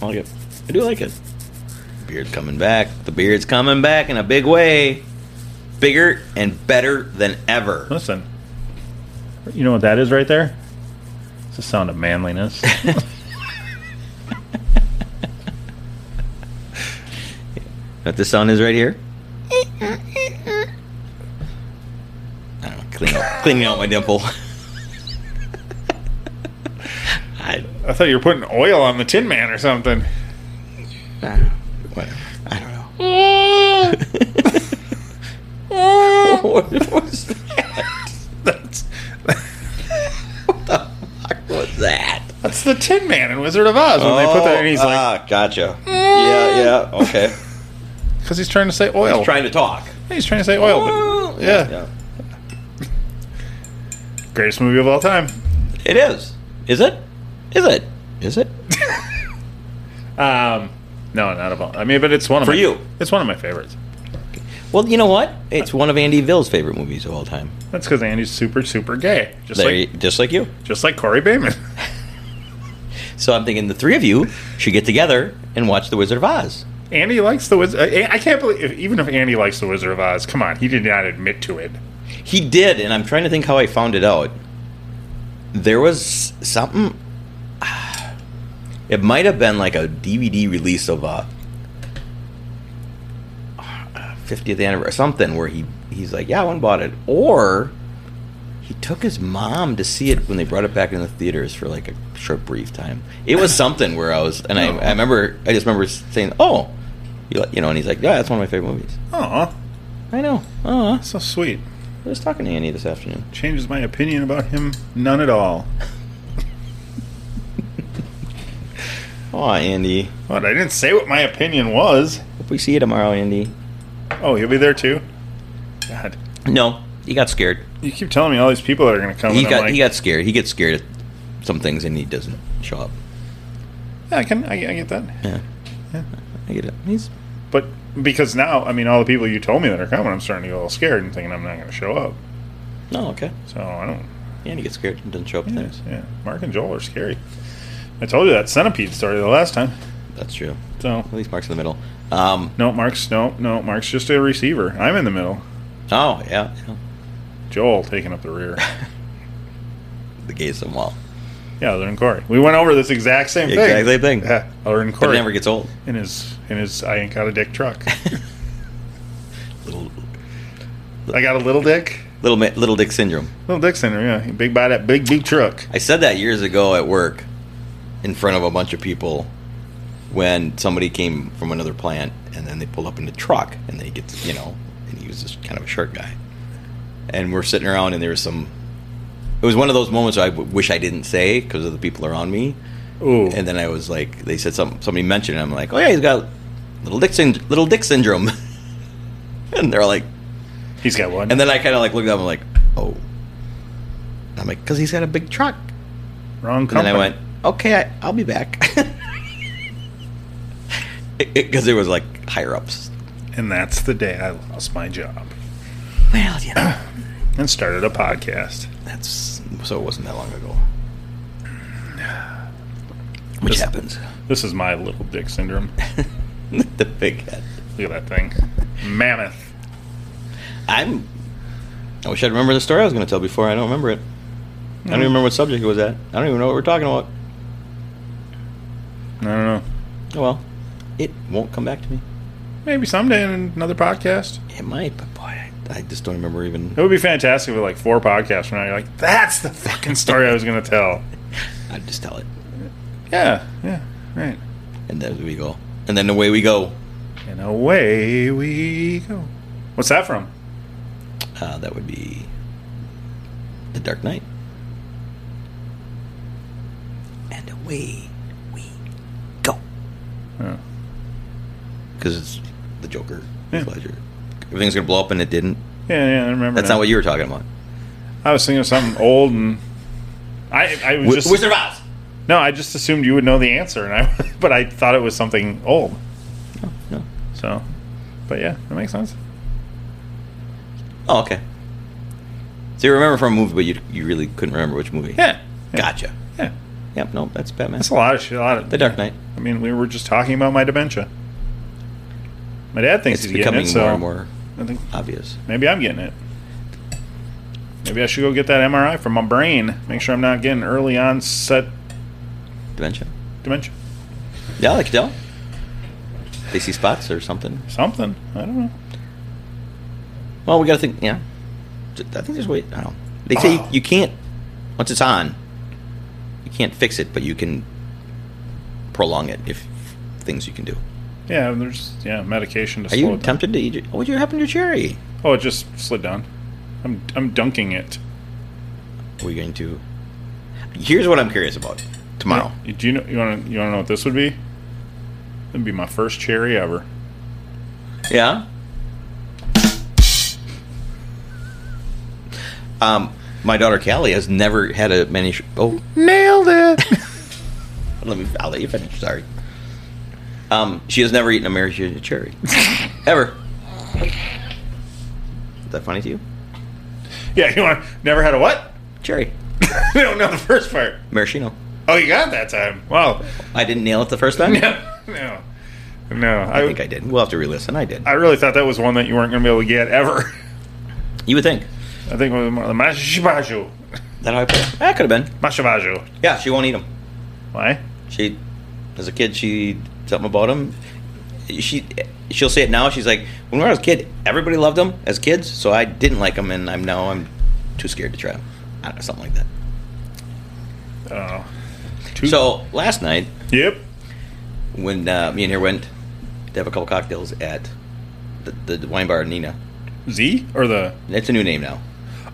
Speaker 3: I like it. I do like it. Beard's coming back. The beard's coming back in a big way. Bigger and better than ever.
Speaker 2: Listen, you know what that is right there? It's the sound of manliness.
Speaker 3: What the sound is right here. Ah, I don't know, clean out, cleaning out my dimple. I,
Speaker 2: I thought you were putting oil on the Tin Man or something.
Speaker 3: ah, whatever. I don't know. what was that?
Speaker 2: That's
Speaker 3: What was that?
Speaker 2: that's the Tin Man in Wizard of Oz when they put that, and he's like,
Speaker 3: ah, gotcha. Yeah, yeah, okay.
Speaker 2: because he's trying to say oil.
Speaker 3: He's trying to talk.
Speaker 2: He's trying to say oil.
Speaker 3: Mm,
Speaker 2: But yeah. greatest movie of all time.
Speaker 3: It is. Is it? Is it? Is it?
Speaker 2: Um, no, not of all. I mean, but it's one of
Speaker 3: For
Speaker 2: my-
Speaker 3: you.
Speaker 2: It's one of my favorites.
Speaker 3: Well, you know what? It's one of Andy Ville's favorite movies of all time.
Speaker 2: That's because Andy's super, super gay, just
Speaker 3: There,
Speaker 2: like
Speaker 3: you- just like you.
Speaker 2: just like Corey Bateman.
Speaker 3: So I'm thinking the three of you should get together and watch The Wizard of Oz.
Speaker 2: Andy likes the Wizard. I can't believe if, even if Andy likes the Wizard of Oz. Come on, he did not admit to it.
Speaker 3: He did, and I'm trying to think how I found it out. There was something. It might have been like a DVD release of a 50th anniversary, something where he he's like, "Yeah, I one bought it," or he took his mom to see it when they brought it back in the theaters for like a short, brief time. It was something where I was, and I, I remember, I just remember saying, "Oh," you li- you know, and he's like, "Yeah, that's one of my favorite movies."
Speaker 2: Aw,
Speaker 3: I know. Oh,
Speaker 2: so sweet.
Speaker 3: I was talking to Annie this afternoon.
Speaker 2: Changes my opinion about him none at all.
Speaker 3: Oh, Andy.
Speaker 2: What? I didn't say what my opinion was.
Speaker 3: Hope we see you tomorrow, Andy.
Speaker 2: Oh, he'll be there too. God,
Speaker 3: No, he got scared.
Speaker 2: you keep telling me all these people that are going to come.
Speaker 3: He
Speaker 2: and
Speaker 3: got
Speaker 2: I'm like,
Speaker 3: he got scared. He gets scared at some things and he doesn't show up.
Speaker 2: Yeah, I can. I, I get that.
Speaker 3: Yeah.
Speaker 2: Yeah.
Speaker 3: I get it. He's
Speaker 2: But because now, I mean, all the people you told me that are coming, I'm starting to get a little scared and thinking I'm not going to show up.
Speaker 3: no okay.
Speaker 2: So I don't.
Speaker 3: And he gets scared and doesn't show up. at
Speaker 2: Yeah,
Speaker 3: Things.
Speaker 2: yeah. Mark and Joel are scary. I told you that centipede story the last time.
Speaker 3: That's true.
Speaker 2: So
Speaker 3: At least Mark's in the middle. Um.
Speaker 2: no, Mark's no, no, Mark's just a receiver. I'm in the middle.
Speaker 3: Oh yeah. yeah.
Speaker 2: Joel taking up the rear.
Speaker 3: The gays of wall.
Speaker 2: Yeah, other than Corey. We went over this exact same thing.
Speaker 3: Exact same thing.
Speaker 2: Yeah, other than
Speaker 3: But
Speaker 2: Corey.
Speaker 3: it never gets old.
Speaker 2: in his in his I ain't got a dick truck.
Speaker 3: Little
Speaker 2: I got a little dick.
Speaker 3: little ma- little dick syndrome.
Speaker 2: Little dick syndrome. Yeah, big by that big big truck.
Speaker 3: I said that years ago at work in front of a bunch of people when somebody came from another plant and then they pulled up in the truck and they get, you know, and he was just kind of a short guy. And we're sitting around and there was some, it was one of those moments I w- wish I didn't say because of the people around me.
Speaker 2: Ooh.
Speaker 3: And then I was like, they said something, somebody mentioned it. I'm like, oh yeah, he's got little dick, synd- little dick syndrome. and they're like,
Speaker 2: He's got one.
Speaker 3: and then I kind of like looked up and like, oh. And I'm like, because he's got a big truck.
Speaker 2: Wrong
Speaker 3: And
Speaker 2: company.
Speaker 3: then I went, okay, I, I'll be back. Because it was like higher ups.
Speaker 2: And that's the day I lost my job
Speaker 3: Well, you know,
Speaker 2: and started a podcast.
Speaker 3: that's so it wasn't that long ago. Which
Speaker 2: This-
Speaker 3: happens.
Speaker 2: This is my little dick syndrome.
Speaker 3: the big head.
Speaker 2: Look at that thing, mammoth.
Speaker 3: I'm. I wish I'd remember the story I was going to tell before. I don't remember it. I don't even remember what subject it was at. I don't even know what we're talking about.
Speaker 2: I don't know.
Speaker 3: Oh well, it won't come back to me.
Speaker 2: Maybe someday in another podcast.
Speaker 3: It might, but boy, I, I just don't remember even.
Speaker 2: It would be fantastic with like four podcasts from now. You're like, that's the fucking story I was gonna tell.
Speaker 3: I'd just tell it,
Speaker 2: Yeah, yeah, right.
Speaker 3: and then we go, and then away we go.
Speaker 2: And away we go. What's that from?
Speaker 3: Uh, that would be The Dark Knight. And away because it's the Joker.
Speaker 2: Yeah.
Speaker 3: Heath Ledger. Everything's gonna blow up, and it didn't.
Speaker 2: Yeah, yeah, I remember.
Speaker 3: That's
Speaker 2: now.
Speaker 3: not what you were talking about.
Speaker 2: I was thinking of something old, and I, I was just
Speaker 3: Wizard of Oz.
Speaker 2: no. I just assumed you would know the answer, and I, but I thought it was something old.
Speaker 3: No.
Speaker 2: So, but yeah, that makes sense.
Speaker 3: Oh, okay. So you remember from a movie, but you you really couldn't remember which movie.
Speaker 2: Yeah, yeah,
Speaker 3: Gotcha.
Speaker 2: Yeah,
Speaker 3: Yep. No, that's Batman.
Speaker 2: that's a lot of shit. A lot of
Speaker 3: the Dark Knight.
Speaker 2: I mean, we were just talking about my dementia. My dad thinks
Speaker 3: It's
Speaker 2: he's getting
Speaker 3: becoming
Speaker 2: it, so
Speaker 3: more and more
Speaker 2: I think
Speaker 3: obvious.
Speaker 2: maybe I'm getting it. Maybe I should go get that MRI from my brain. Make sure I'm not getting early onset
Speaker 3: Dementia.
Speaker 2: dementia.
Speaker 3: Yeah, I could tell. They see spots or something.
Speaker 2: Something. I don't know.
Speaker 3: Well, we got to think. Yeah, J- I think there's way. I don't. know. They say
Speaker 2: Oh.
Speaker 3: you can't once it's on. You can't fix it, but you can prolong it if things you can do.
Speaker 2: Yeah, there's yeah medication to
Speaker 3: Are
Speaker 2: slow
Speaker 3: you
Speaker 2: it down.
Speaker 3: tempted to eat? your- What happened to your cherry?
Speaker 2: Oh, it just slid down. I'm I'm dunking it
Speaker 3: Are we going to? Here's what I'm curious about tomorrow.
Speaker 2: Do you know you want to you want to know what this would be? It'd be my first cherry ever.
Speaker 3: Yeah. Um, my daughter Callie has never had a many. Oh,
Speaker 2: Nailed it.
Speaker 3: let me. I'll let you finish. Sorry. Um, she has never eaten a maraschino cherry, ever. Is that funny to you?
Speaker 2: yeah, you want to never had a what?
Speaker 3: Cherry,
Speaker 2: I don't know the first part.
Speaker 3: maraschino.
Speaker 2: Oh, you got it that time. Wow.
Speaker 3: I didn't nail it the first time.
Speaker 2: No, no, no.
Speaker 3: I think I did. We'll have to re-listen. I did.
Speaker 2: I really thought that was one that you weren't going to be able to get ever.
Speaker 3: You would think
Speaker 2: I think it was more the Mashavaju.
Speaker 3: that how I put it. That could have been.
Speaker 2: Mashavaju.
Speaker 3: Yeah, she won't eat them.
Speaker 2: Why?
Speaker 3: She, as a kid, she something about him. She, she'll say it now. She's like, when I was a kid, everybody loved them as kids, so I didn't like them, and I'm now I'm too scared to try them. I don't know, something like that.
Speaker 2: I don't know. Oh. Two-
Speaker 3: So last night,
Speaker 2: Yep.
Speaker 3: when uh, me and her went to have a couple cocktails at the, the wine bar in Nina,
Speaker 2: Z or the
Speaker 3: it's a new name now.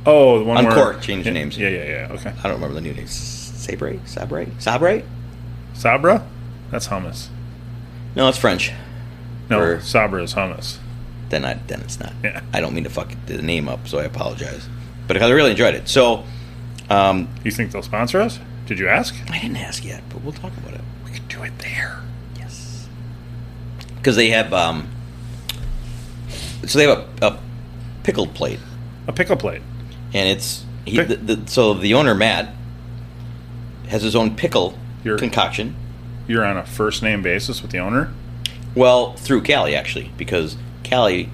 Speaker 2: oh the one where
Speaker 3: Encore changed
Speaker 2: yeah,
Speaker 3: names.
Speaker 2: Yeah, yeah, yeah. Okay.
Speaker 3: I don't remember the new name. Sabre, Sabre, Sabre?
Speaker 2: Sabra. That's hummus.
Speaker 3: No, it's French.
Speaker 2: No,
Speaker 3: Or-
Speaker 2: Sabra is hummus.
Speaker 3: then I then it's not.
Speaker 2: Yeah.
Speaker 3: I don't mean to fuck the name up, so I apologize. But I really enjoyed it. So um,
Speaker 2: You think they'll sponsor us? Did you ask?
Speaker 3: I didn't ask yet, but we'll talk about it.
Speaker 2: We could do it there.
Speaker 3: Yes, because they have um, so they have a, a pickled plate,
Speaker 2: A pickle plate.
Speaker 3: and it's he,
Speaker 2: Pick-
Speaker 3: the, the, so the owner Matt has his own pickle
Speaker 2: Your-
Speaker 3: concoction.
Speaker 2: You're on a first name basis with the owner.
Speaker 3: Well, through Callie actually, because Callie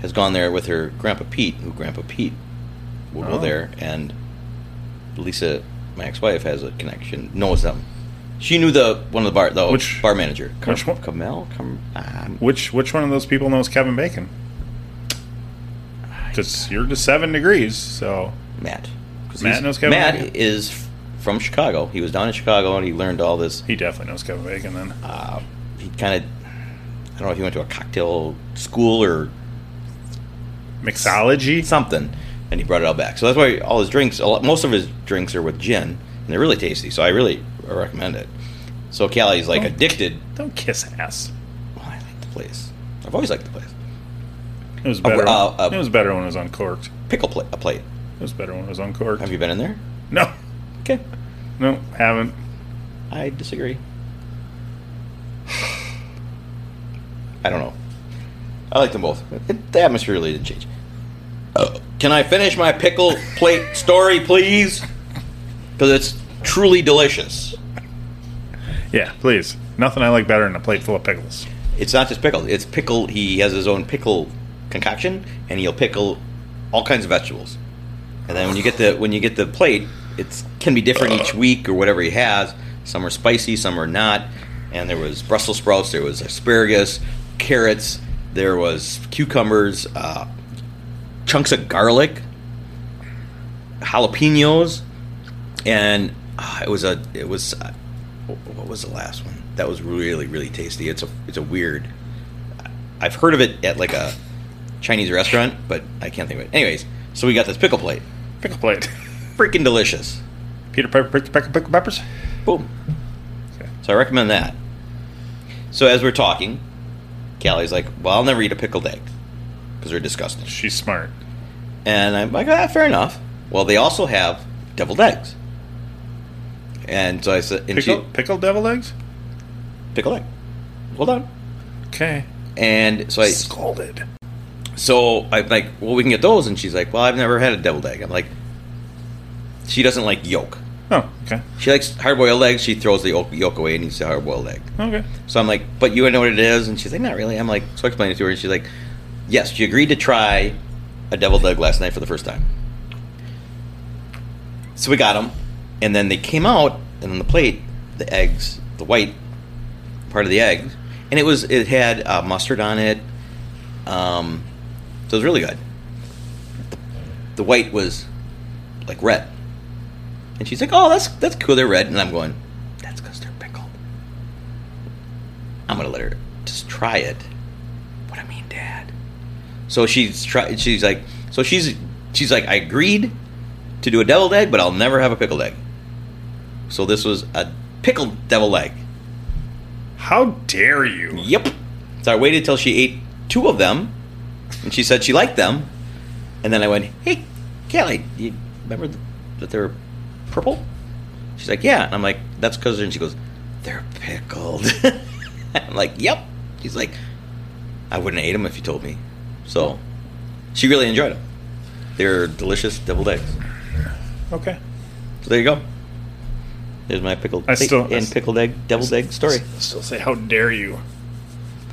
Speaker 3: has gone there with her grandpa Pete, who grandpa Pete will
Speaker 2: Oh.
Speaker 3: go there, and Lisa, my ex-wife, has a connection, knows them. She knew the one of the bar, the
Speaker 2: Which-
Speaker 3: bar manager, Car-
Speaker 2: which one?
Speaker 3: Carmel, Carm- um,
Speaker 2: Which which one of those people knows Kevin Bacon? Because you're to seven degrees, so
Speaker 3: Matt. 'Cause
Speaker 2: Matt
Speaker 3: he's-
Speaker 2: knows Kevin
Speaker 3: Matt
Speaker 2: Bacon?
Speaker 3: is f- from Chicago. He was down in Chicago, and he learned all this.
Speaker 2: he definitely knows Kevin Bacon. Then
Speaker 3: Uh, he kind of, I don't know if he went to a cocktail school or
Speaker 2: mixology.
Speaker 3: something, and he brought it all back. So that's why all his drinks, a lot, most of his drinks are with gin, and they're really tasty. So I really recommend it. So Callie's like
Speaker 2: Oh.
Speaker 3: addicted.
Speaker 2: Don't kiss ass.
Speaker 3: Well, I like the place. I've always liked the place.
Speaker 2: It was better.
Speaker 3: uh, uh,
Speaker 2: it was better when it was uncorked.
Speaker 3: Pickle pla- a plate.
Speaker 2: It was better when it was uncorked.
Speaker 3: Have you been in there?
Speaker 2: no,
Speaker 3: Okay,
Speaker 2: no, haven't.
Speaker 3: I disagree. I don't know. I like them both. It, the atmosphere really didn't change. Uh, can I finish my pickle plate story, please? Because it's truly delicious.
Speaker 2: Yeah, please. Nothing I like better than a plate full of pickles.
Speaker 3: It's not just pickle. It's pickle. He has his own pickle concoction, and he'll pickle all kinds of vegetables. And then when you get the when you get the plate, it can be different each week or whatever he has. Some are spicy, some are not. And there was Brussels sprouts, there was asparagus, carrots, there was cucumbers, uh, chunks of garlic, jalapenos, and uh, it was a it was uh, wh- what was the last one that was really really tasty it's a it's a weird i've heard of it at like a chinese restaurant but i can't think of it anyways so we got this pickle plate
Speaker 2: Pickle plate.
Speaker 3: freaking delicious
Speaker 2: Peter Piper, pickle, pickle, pickle peppers.
Speaker 3: boom
Speaker 2: Okay.
Speaker 3: so i recommend that so as we're talking Callie's like, well, I'll never eat a pickled egg because they're disgusting.
Speaker 2: She's smart.
Speaker 3: And I'm like, ah, fair enough. Well, they also have deviled eggs. And so I said, and
Speaker 2: Pickle,
Speaker 3: she,
Speaker 2: pickled devil eggs?
Speaker 3: pickled egg. Hold on.
Speaker 2: Okay.
Speaker 3: And so I,
Speaker 2: Scalded.
Speaker 3: so I'm like, well, we can get those. And she's like, well, I've never had a deviled egg. I'm like, she doesn't like yolk.
Speaker 2: Oh, okay.
Speaker 3: She likes hard-boiled eggs. She throws the yolk- yolk away and eats the hard-boiled egg.
Speaker 2: Okay.
Speaker 3: So I'm like, but you know what it is? And she's like, not really. I'm like, so I explained it to her, and she's like, yes, she agreed to try a deviled egg last night for the first time. So we got them, and then they came out, and on the plate, the eggs, the white part of the egg, and it was it had uh, mustard on it. Um, so it was really good. The white was like red, and she's like, "Oh, that's that's cool. They're red," and I'm going, "That's because they're pickled." I'm gonna let her just try it. What I mean, Dad. So she's try. She's like, so she's she's like, I agreed to do a deviled egg, but I'll never have a pickled egg. So this was a pickled deviled egg.
Speaker 2: How dare you?
Speaker 3: Yep. So I waited till she ate two of them, and she said she liked them, and then I went, "Hey, Kelly, you remember th- that they were purple?" She's like, "Yeah," and I'm like, "That's because," and she goes, "They're pickled." I'm like, "Yep." She's like, "I wouldn't have ate them if you told me." So she really enjoyed them. They're delicious deviled eggs.
Speaker 2: Okay.
Speaker 3: So there you go. There's my pickled
Speaker 2: I still- I
Speaker 3: and
Speaker 2: s-
Speaker 3: pickled egg deviled egg story.
Speaker 2: I still say, how dare you?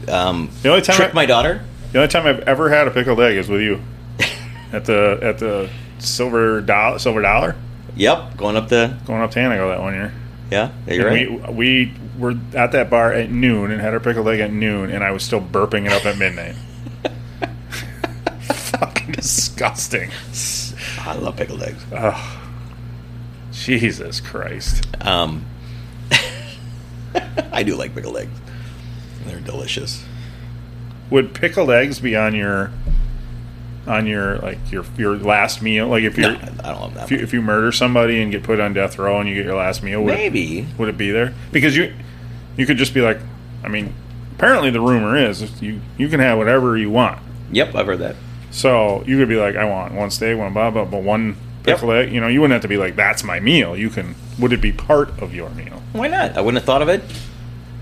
Speaker 3: Um,
Speaker 2: The only time
Speaker 3: trick
Speaker 2: I-
Speaker 3: my daughter.
Speaker 2: The only time I've ever had a pickled egg is with you at the at the silver dollar silver dollar
Speaker 3: Yep, going up the
Speaker 2: going up to Anago that one year.
Speaker 3: Yeah, yeah, you're right.
Speaker 2: And We we were at that bar at noon and had our pickled egg at noon, and I was still burping it up at midnight. Fucking disgusting.
Speaker 3: I love pickled eggs.
Speaker 2: Jesus Christ.
Speaker 3: Um, I do like pickled eggs. They're delicious.
Speaker 2: Would pickled eggs be on your on your like your your last meal? Like if
Speaker 3: No,
Speaker 2: you're
Speaker 3: I I don't love that.
Speaker 2: if you,
Speaker 3: much.
Speaker 2: if you murder somebody and get put on death row and you get your last meal, would it,
Speaker 3: Maybe
Speaker 2: would it be there? Because you you could just be like, I mean, apparently the rumor is you you can have whatever you want.
Speaker 3: Yep, I've heard that.
Speaker 2: So you could be like, I want one steak, one blah blah, but one
Speaker 3: Yep.
Speaker 2: pickled egg. You know, you wouldn't have to be like, that's my meal. You can. Would it be part of your meal?
Speaker 3: Why not? I wouldn't have thought of it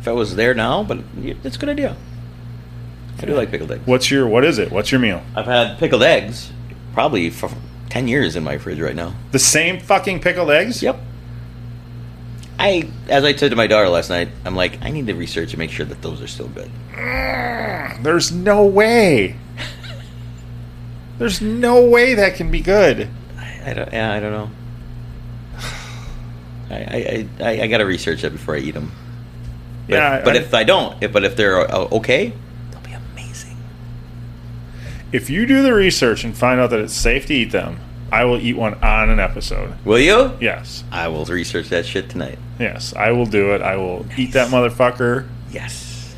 Speaker 3: if I was there now, but y- it's a good idea. I do like pickled eggs.
Speaker 2: What's your What is it? What's your meal?
Speaker 3: I've had pickled eggs probably for ten years in my fridge right now.
Speaker 2: The same fucking pickled eggs.
Speaker 3: Yep. I, as I said to my daughter last night, I'm like, I need to research and make sure that those are still good.
Speaker 2: There's no way. There's no way that can be good.
Speaker 3: I don't. Yeah, I don't know. I I, I, I gotta research it before I eat them. But,
Speaker 2: Yeah, I-
Speaker 3: but
Speaker 2: I-
Speaker 3: if I don't, if, but if they're uh, okay, they'll be amazing.
Speaker 2: If you do the research and find out that it's safe to eat them, I will eat one on an episode.
Speaker 3: Will you?
Speaker 2: Yes,
Speaker 3: I will research that shit tonight.
Speaker 2: yes, I will do it. I will eat that motherfucker
Speaker 3: Yes.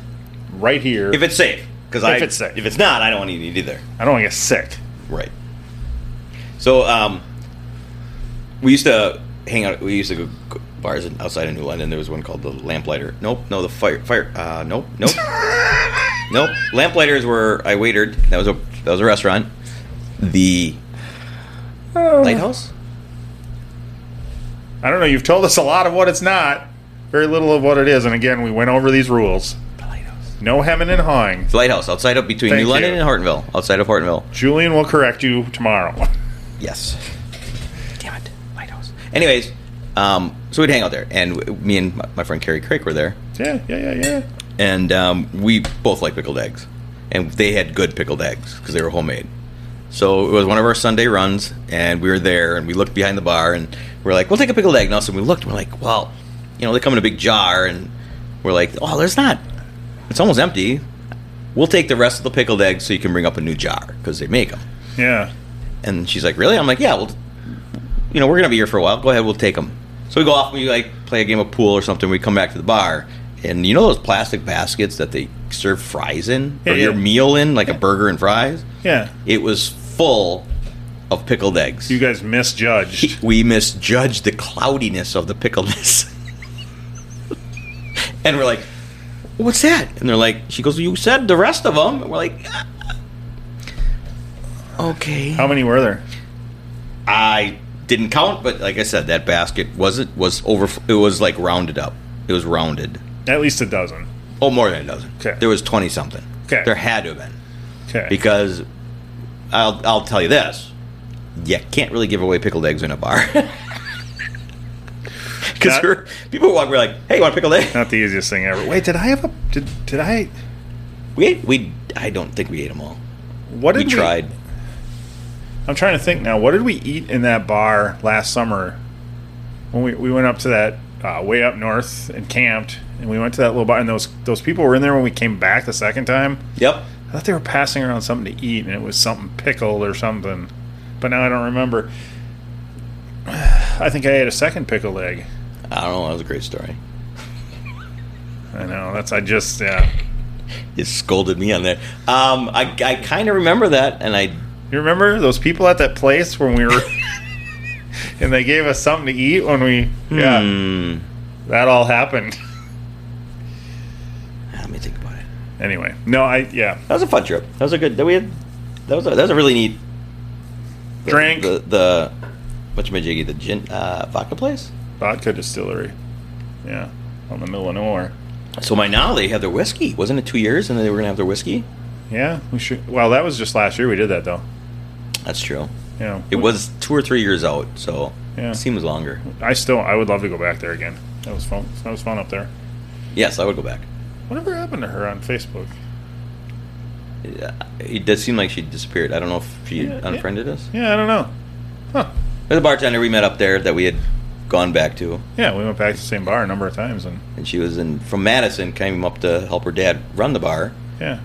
Speaker 2: right here.
Speaker 3: If it's safe, because I
Speaker 2: If it's safe.
Speaker 3: if it's not, I don't want to eat it either.
Speaker 2: I don't want to get sick.
Speaker 3: Right. So um, we used to hang out. We used to go go bars in, outside of New London. There was one called the Lamplighter. Nope. No, the fire fire. Uh, nope. Nope. nope. Lamplighters were I waitered. That was a that was a restaurant. The Oh. lighthouse.
Speaker 2: I don't know. You've told us a lot of what it's not, very little of what it is. And again, we went over these rules.
Speaker 3: The lighthouse.
Speaker 2: No hemming and hawing.
Speaker 3: The lighthouse outside of between
Speaker 2: Thank
Speaker 3: New London
Speaker 2: you.
Speaker 3: and Hortonville. Outside of Hortonville.
Speaker 2: Julian will correct you tomorrow.
Speaker 3: Yes. Damn it, lighthouse. Anyways, um, so we'd hang out there, and w- me and my, my friend Carrie Craig were there.
Speaker 2: yeah, yeah, yeah, yeah.
Speaker 3: and um, we both like pickled eggs, and they had good pickled eggs because they were homemade. So it was one of our Sunday runs, and we were there, and we looked behind the bar, and we are like, "We'll take a pickled egg." And also, we looked, and we're like, "Well, you know, they come in a big jar," and we're like, "Oh, there's not. It's almost empty. We'll take the rest of the pickled eggs so you can bring up a new jar because they make them."
Speaker 2: Yeah.
Speaker 3: And she's like, "Really?" I'm like, "Yeah, well, you know, we're gonna be here for a while. Go ahead, we'll take them." So we go off and we like play a game of pool or something. We come back to the bar, and you know those plastic baskets that they serve fries in
Speaker 2: Yeah,
Speaker 3: or
Speaker 2: yeah.
Speaker 3: your meal in, like a burger and fries.
Speaker 2: Yeah.
Speaker 3: It was full of pickled eggs.
Speaker 2: You guys misjudged.
Speaker 3: we misjudged the cloudiness of the pickledness, and we're like, what's that? And they're like, she goes, you said the rest of them. And we're like, "Ah." okay.
Speaker 2: How many were there?
Speaker 3: I didn't count, but like I said, that basket wasn't was over. It was like rounded up. It was rounded.
Speaker 2: At least a dozen.
Speaker 3: Oh, more than a dozen.
Speaker 2: Okay.
Speaker 3: There was twenty something.
Speaker 2: Okay.
Speaker 3: There had to have been
Speaker 2: Okay.
Speaker 3: because I'll I'll tell you this. You can't really give away pickled eggs in a bar. Because
Speaker 2: Not-
Speaker 3: people walk, we're like, "Hey, you want a pickled egg?"
Speaker 2: Not the easiest thing ever. Wait, did I have a? Did did I?
Speaker 3: We ate, we I don't think we ate them all.
Speaker 2: What
Speaker 3: We
Speaker 2: did we,
Speaker 3: tried.
Speaker 2: I'm trying to think now. What did we eat in that bar last summer when we, we went up to that uh, way up north and camped? And we went to that little bar, and those those people were in there when we came back the second time.
Speaker 3: Yep.
Speaker 2: I thought they were passing around something to eat, and it was something pickled or something, but now I don't remember. I think I ate a second pickled egg.
Speaker 3: I don't know. That was a great story.
Speaker 2: I know that's I just yeah.
Speaker 3: You scolded me on there. Um, I I kind of remember that, and I
Speaker 2: You remember those people at that place when we were, and they gave us something to eat when we yeah.
Speaker 3: Hmm.
Speaker 2: That all happened.
Speaker 3: Let me think about it.
Speaker 2: Anyway, no, I yeah.
Speaker 3: That was a fun trip. That was a good. That we had. That was a, that was a really neat the-
Speaker 2: Drink.
Speaker 3: the the what's jiggy the gin uh, vodka place.
Speaker 2: Vodka distillery. Yeah, on the middle of nowhere.
Speaker 3: So my now they have their whiskey. Wasn't it two years, and then they were gonna have their whiskey?
Speaker 2: Yeah, we should. Well, that was just last year we did that though.
Speaker 3: That's true.
Speaker 2: Yeah,
Speaker 3: It was two or three years out, so
Speaker 2: Yeah.
Speaker 3: it seems longer.
Speaker 2: I still I would love to go back there again. That was fun. That was fun up there.
Speaker 3: Yes, I would go back.
Speaker 2: Whatever happened to her on Facebook?
Speaker 3: Yeah, It does seem like she disappeared. I don't know if she
Speaker 2: Yeah, yeah.
Speaker 3: unfriended us.
Speaker 2: Yeah, I don't know. Huh?
Speaker 3: There's a bartender we met up there that we had gone back to,
Speaker 2: Yeah, we went back to the same bar a number of times, and
Speaker 3: and she was in from Madison, came up to help her dad run the bar.
Speaker 2: yeah,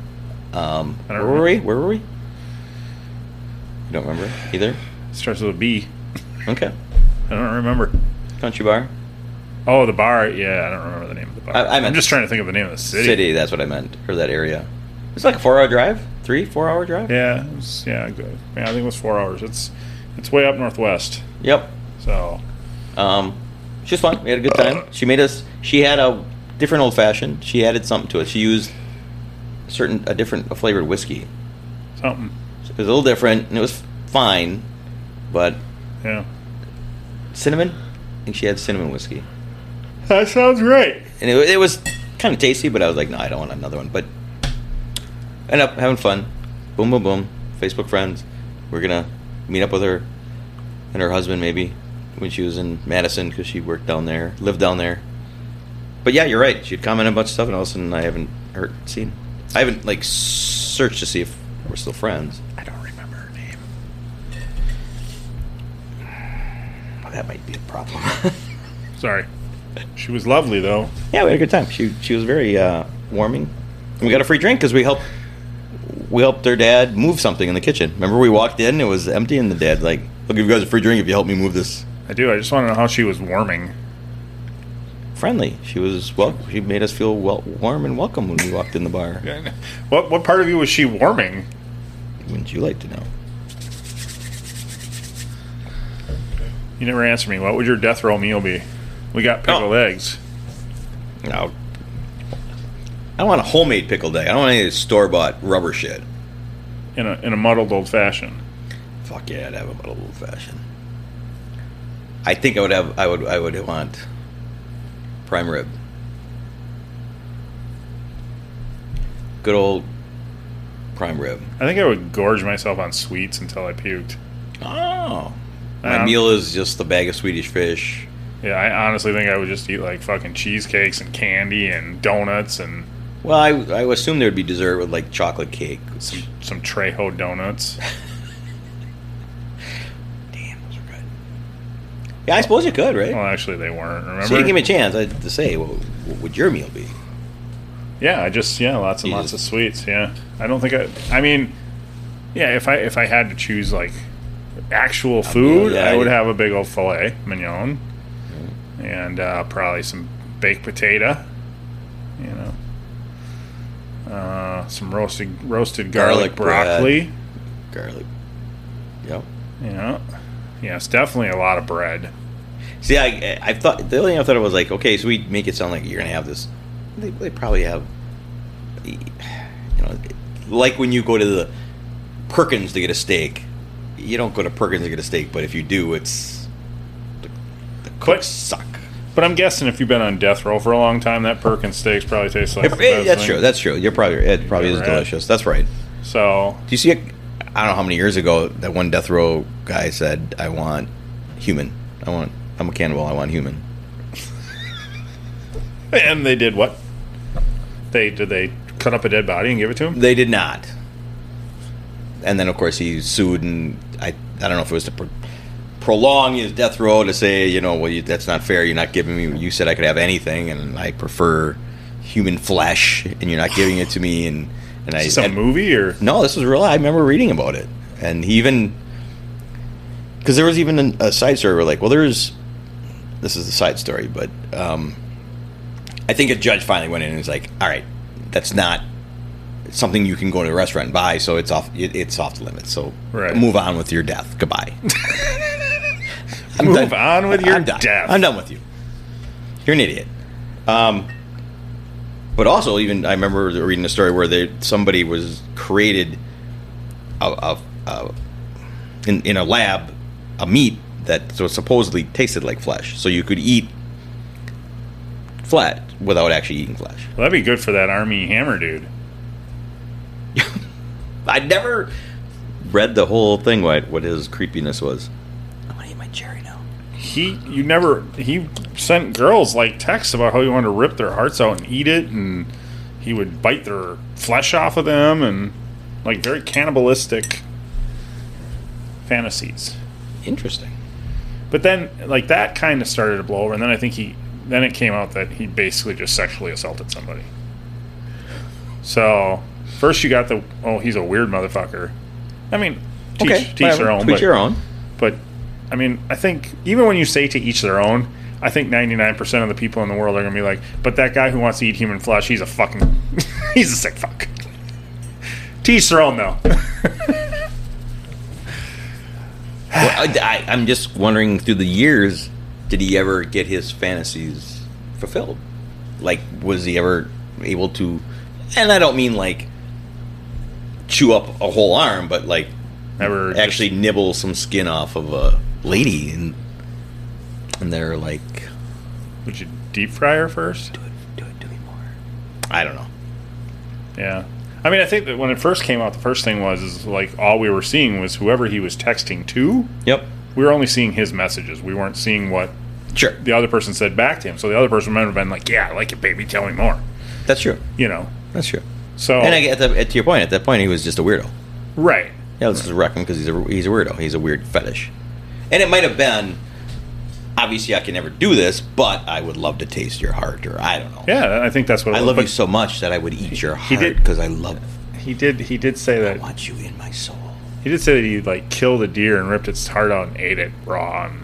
Speaker 3: Um,
Speaker 2: I
Speaker 3: where
Speaker 2: don't
Speaker 3: were
Speaker 2: remember.
Speaker 3: we? Where were we? You don't remember either.
Speaker 2: it starts with a B.
Speaker 3: Okay,
Speaker 2: I don't remember.
Speaker 3: country bar
Speaker 2: Oh, the bar. Yeah, I don't remember the name of the bar.
Speaker 3: I- I
Speaker 2: am
Speaker 3: meant-
Speaker 2: just trying to think of the name of the city.
Speaker 3: city. That's what I meant, or that area. It's like a four-hour drive, three, four-hour drive.
Speaker 2: Yeah, it was, yeah, good. Yeah, I think it was four hours. It's it's way up northwest.
Speaker 3: Yep.
Speaker 2: So
Speaker 3: Um, she was fun. We had a good time. She made us. She had a different old fashioned. She added something to it. She used a certain a different a flavored whiskey.
Speaker 2: something.
Speaker 3: It was a little different, and it was fine, but
Speaker 2: Yeah.
Speaker 3: cinnamon. I think she had cinnamon whiskey,
Speaker 2: That sounds right.
Speaker 3: and it, it was kind of tasty. But I was like, no, I don't want another one. But end up having fun. Boom, boom, boom. Facebook friends. We're gonna meet up with her and her husband maybe when she was in Madison because she worked down there, lived down there. But yeah, you're right. She'd comment on a bunch of stuff, and all of a sudden, I haven't heard, seen. I haven't like searched to see if we're still friends.
Speaker 2: I don't remember her name.
Speaker 3: Oh, that might be a problem.
Speaker 2: Sorry. She was lovely though.
Speaker 3: yeah, we had a good time. She she was very uh, warming. And we got a free drink because we helped we helped their dad move something in the kitchen. Remember, we walked in, it was empty, and the dad like, "I'll give you guys a free drink if you help me move this."
Speaker 2: I do. I just want to know how she was warming.
Speaker 3: Friendly, she was well. She made us feel well, warm and welcome when we walked in the bar.
Speaker 2: What what part of you was she warming?
Speaker 3: Wouldn't you like to know?
Speaker 2: You never answer me. What would your death row meal be? We got pickled
Speaker 3: Oh.
Speaker 2: eggs.
Speaker 3: No. I don't want a homemade pickled egg. I don't want any store bought rubber shit.
Speaker 2: In a in a muddled old fashioned.
Speaker 3: Fuck yeah, I'd have a bottle old fashioned. I think I would have. I would. I would want prime rib. Good old prime rib.
Speaker 2: I think I would gorge myself on sweets until I puked.
Speaker 3: Oh, my
Speaker 2: Um,
Speaker 3: meal is just a bag of Swedish fish.
Speaker 2: Yeah, I honestly think I would just eat like fucking cheesecakes and candy and donuts and
Speaker 3: Well, I, I would assume there would be dessert with like chocolate cake.
Speaker 2: some some Trejo donuts.
Speaker 3: Damn, those are good. Yeah, I suppose you could, right?
Speaker 2: Well, actually, they weren't. Oh, Remember?
Speaker 3: So you give me a chance I, to say, well, what would your meal be?
Speaker 2: yeah, I just yeah, lots and
Speaker 3: You
Speaker 2: lots
Speaker 3: just-
Speaker 2: of sweets. Yeah, I don't think I. I mean, yeah, if I if I had to choose like actual food,
Speaker 3: yeah,
Speaker 2: I would
Speaker 3: yeah.
Speaker 2: have a big old filet mignon, and uh, probably some baked potato. You know. Uh, some roasted roasted garlic,
Speaker 3: Garlic bread.
Speaker 2: broccoli.
Speaker 3: Garlic. Yep.
Speaker 2: You know, yeah, it's definitely a lot of bread.
Speaker 3: See, I I thought the only thing I thought it was like, okay, so we make it sound like you're gonna have this. They, they probably have you know, like when you go to the Perkins to get a steak, you don't go to Perkins to get a steak, but if you do, it's the, the cooks
Speaker 2: But-
Speaker 3: suck.
Speaker 2: But I'm guessing if you've been on death row for a long time, that Perkins steaks probably tastes like. the
Speaker 3: Eh,
Speaker 2: best
Speaker 3: that's
Speaker 2: thing.
Speaker 3: true. That's true. You're probably it probably is
Speaker 2: You're right.
Speaker 3: delicious. That's right.
Speaker 2: So
Speaker 3: Do you see? A, I don't know how many years ago that one death row guy said, "I want human. I want. I'm a cannibal. I want human."
Speaker 2: and they did what? They did they cut up a dead body and give it to him?
Speaker 3: They did not. And then, of course, he sued, and I, I don't know if it was to pro- prolong his death row to say, you know, well, you, that's not fair. You're not giving me. You said I could have anything, and I prefer human flesh, and you're not giving it to me. And and I
Speaker 2: Is this a
Speaker 3: and-
Speaker 2: movie or
Speaker 3: no, this was real. I remember reading about it, and he even because there was even an- a side story where like, well, there's this is the side story, but um, I think a judge finally went in and was like, all right, that's not something you can go to a restaurant and buy, so it's off it, it's off the limits. So
Speaker 2: Right.
Speaker 3: move on with your death. Goodbye. I'm
Speaker 2: Move on with your
Speaker 3: I'm done.
Speaker 2: death.
Speaker 3: I'm done with you. You're an idiot. Um, but also, even I remember reading a story where they, somebody was created a, a, a, in, in a lab a meat that so supposedly tasted like flesh, so you could eat flat without actually eating flesh.
Speaker 2: Well, that'd be good for that army hammer dude.
Speaker 3: I never read the whole thing. What what his creepiness was? I want to eat my cherry now.
Speaker 2: He you never he sent girls like texts about how he wanted to rip their hearts out and eat it and he would bite their flesh off of them and like very cannibalistic fantasies.
Speaker 3: Interesting.
Speaker 2: But then, like that kind of started to blow over, and then I think he, then it came out that he basically just sexually assaulted somebody. So first you got the oh he's a weird motherfucker. I mean, teach teach
Speaker 3: whatever.
Speaker 2: their own.
Speaker 3: Teach
Speaker 2: but,
Speaker 3: your own.
Speaker 2: But I mean, I think even when you say to each their own, I think ninety nine percent of the people in the world are gonna be like, but that guy who wants to eat human flesh, he's a fucking, he's a sick fuck. teach their own though.
Speaker 3: Well, I, I, am just wondering through the years, did he ever get his fantasies fulfilled? Like, was he ever able to? And I don't mean like chew up a whole arm, but like
Speaker 2: Never just-
Speaker 3: actually nibble some skin off of a lady, and and they're like,
Speaker 2: Would you deep fry her first?
Speaker 3: do it, do it, do it more. I don't know.
Speaker 2: Yeah. I mean, I think that when it first came out, the first thing was is like all we were seeing was whoever he was texting to.
Speaker 3: Yep,
Speaker 2: We were only seeing his messages. We weren't seeing what
Speaker 3: sure,
Speaker 2: the other person said back to him. So the other person might have been like, "Yeah, I like it, baby. Tell me more."
Speaker 3: that's true,
Speaker 2: You know.
Speaker 3: that's true.
Speaker 2: So
Speaker 3: And I, at, the, at to your point, at that point, he was just a weirdo.
Speaker 2: right.
Speaker 3: Yeah, let's just wreck him because he's a he's a weirdo. He's a weird fetish, and it might have been. Obviously, I can never do this, but I would love to taste your heart, or I don't know.
Speaker 2: Yeah, I think that's what it
Speaker 3: I
Speaker 2: was.
Speaker 3: love
Speaker 2: But
Speaker 3: you so much that I would eat your
Speaker 2: He
Speaker 3: heart
Speaker 2: did-
Speaker 3: because I love.
Speaker 2: He did. He did say
Speaker 3: I
Speaker 2: that.
Speaker 3: want you in my soul.
Speaker 2: He did say that he like killed a deer and ripped its heart out and ate it raw. And,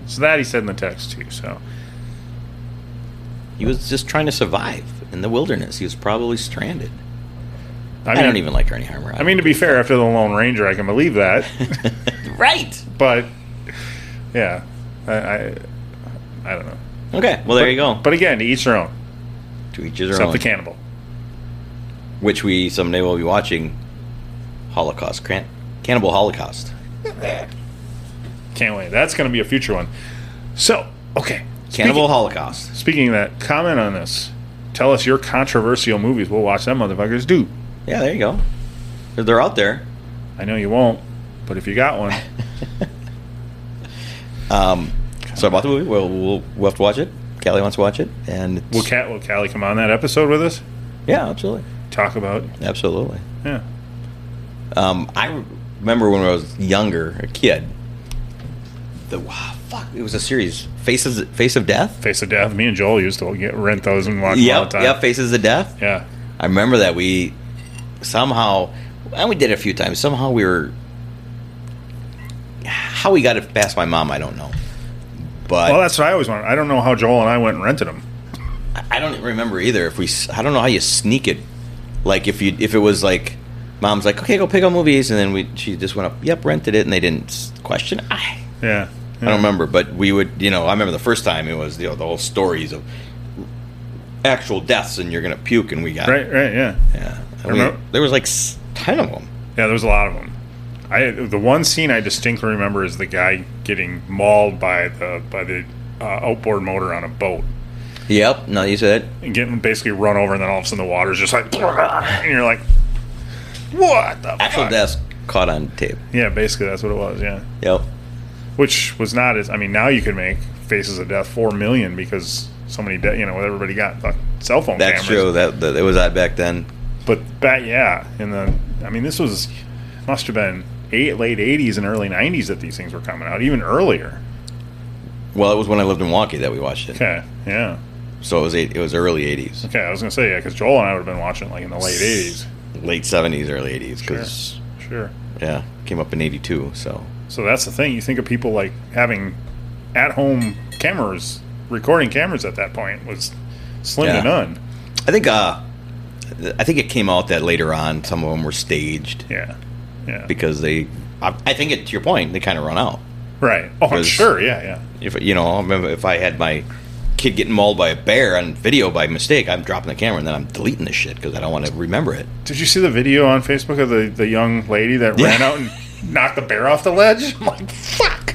Speaker 3: Hmm.
Speaker 2: So that he said in the text too. So
Speaker 3: He was just trying to survive in the wilderness. He was probably stranded.
Speaker 2: I,
Speaker 3: I,
Speaker 2: mean,
Speaker 3: don't even like Ernie Harmer.
Speaker 2: I mean, to be fair, after the Lone Ranger, I can believe that.
Speaker 3: right.
Speaker 2: but yeah, I, I I don't know.
Speaker 3: Okay. Well, there you go.
Speaker 2: But again, to each their own.
Speaker 3: to each his
Speaker 2: Except
Speaker 3: own.
Speaker 2: the cannibal.
Speaker 3: Which we someday will be watching. Holocaust, Can- Cannibal Holocaust.
Speaker 2: Can't wait. That's going to be a future one. So okay,
Speaker 3: Cannibal Holocaust.
Speaker 2: Speaking, speaking of that, comment on this. Tell us your controversial movies. We'll watch them motherfuckers do.
Speaker 3: Yeah, there you go. They're- They're out there.
Speaker 2: I know you won't, but if you got one,
Speaker 3: Um, so I bought the movie. We'll, we'll, we'll have to watch it. Callie wants to watch it, and it's,
Speaker 2: will Cat will Callie come on that episode with us?
Speaker 3: yeah, absolutely,
Speaker 2: Talk about
Speaker 3: absolutely.
Speaker 2: yeah.
Speaker 3: Um, I remember when I was younger, a kid. The wow, fuck, it was a series, Faces Face of Death.
Speaker 2: Face of Death. Me and Joel used to get rent those and watch them all the
Speaker 3: Yep,
Speaker 2: time.
Speaker 3: yep, Faces of Death.
Speaker 2: Yeah.
Speaker 3: I remember that we somehow, and we did it a few times. Somehow we were, how we got it past my mom, I don't know. But
Speaker 2: Well, that's what I always wanted. I don't know how Joel and I went and rented them.
Speaker 3: I- I don't remember either. If we, s- I don't know how you sneak it. Like if you, if it was like, mom's like, okay, go pick up movies, and then we, she just went up, yep, rented it, and they didn't s- question. it. I,
Speaker 2: Yeah.
Speaker 3: I don't remember, but we would, you know, I remember the first time it was, you know, the whole stories of. actual deaths, and you're gonna puke, and we got
Speaker 2: Right, right, yeah.
Speaker 3: Yeah, I
Speaker 2: Remote.
Speaker 3: mean, there was like s- ten of them.
Speaker 2: Yeah, there's a lot of them. I the one scene I distinctly remember is the guy getting mauled by the by the uh, outboard motor on a boat
Speaker 3: Yep. No, you said it.
Speaker 2: and getting basically run over, and then all of a sudden the water's just like, and you're like, what the
Speaker 3: actual
Speaker 2: fuck?
Speaker 3: deaths caught on tape.
Speaker 2: Yeah, basically that's what it was. Yeah,
Speaker 3: Yep.
Speaker 2: which was not as I mean now you can make faces of death four million because so many de- you know everybody got like, cell phone
Speaker 3: That's
Speaker 2: cameras.
Speaker 3: true. That, that it was that back then.
Speaker 2: But back, yeah, and then I mean, this was must have been eight, late '80s and early '90s that these things were coming out, even earlier.
Speaker 3: Well, it was when I lived in Milwaukee that we watched it.
Speaker 2: Okay, yeah,
Speaker 3: So it was eight, it was early '80s,
Speaker 2: okay. I was gonna say yeah, because Joel and I would have been watching it like in the late '80s.
Speaker 3: late '70s, early '80s. Because
Speaker 2: Sure.
Speaker 3: yeah, came up in '82. So
Speaker 2: So that's the thing. You think of people like having at-home cameras, recording cameras at that point was slim
Speaker 3: Yeah.
Speaker 2: to none.
Speaker 3: I think uh, I think it came out that later on some of them were staged
Speaker 2: Yeah, yeah.
Speaker 3: because they. I, I think it, to your point, they kind of run out.
Speaker 2: right. Oh, I'm
Speaker 3: because-
Speaker 2: sure. Yeah, yeah.
Speaker 3: If you know, I remember if I had my kid getting mauled by a bear on video by mistake, I'm dropping the camera and then I'm deleting this shit because I don't want to remember it.
Speaker 2: Did you see the video on Facebook of the, the young lady that
Speaker 3: Yeah.
Speaker 2: ran out and knocked the bear off the ledge? I'm like, fuck.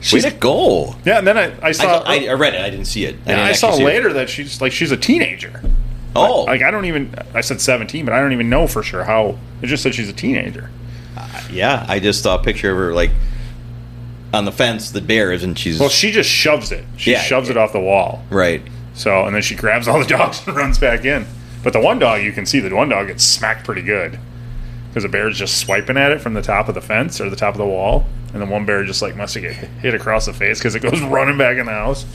Speaker 2: She's
Speaker 3: Way to go!
Speaker 2: Yeah, and then I, I
Speaker 3: I,
Speaker 2: saw
Speaker 3: I, I read it. I didn't see it.
Speaker 2: yeah,
Speaker 3: didn't
Speaker 2: I, saw
Speaker 3: actually see it.
Speaker 2: later that she's like she's a teenager.
Speaker 3: Oh,
Speaker 2: Like I don't even I said seventeen, but I don't even know for sure how it just said she's a teenager.
Speaker 3: yeah. I just saw a picture of her like on the fence. The bear is, and she's
Speaker 2: Well, she just shoves it. She
Speaker 3: Yeah,
Speaker 2: shoves it
Speaker 3: yeah.
Speaker 2: off the wall.
Speaker 3: right.
Speaker 2: So and then she grabs all the dogs and runs back in. But the one dog you can see the one dog gets smacked pretty good. Because the bear's just swiping at it from the top of the fence or the top of the wall, and the one bear just like must have get hit across the face because it goes running back in the house.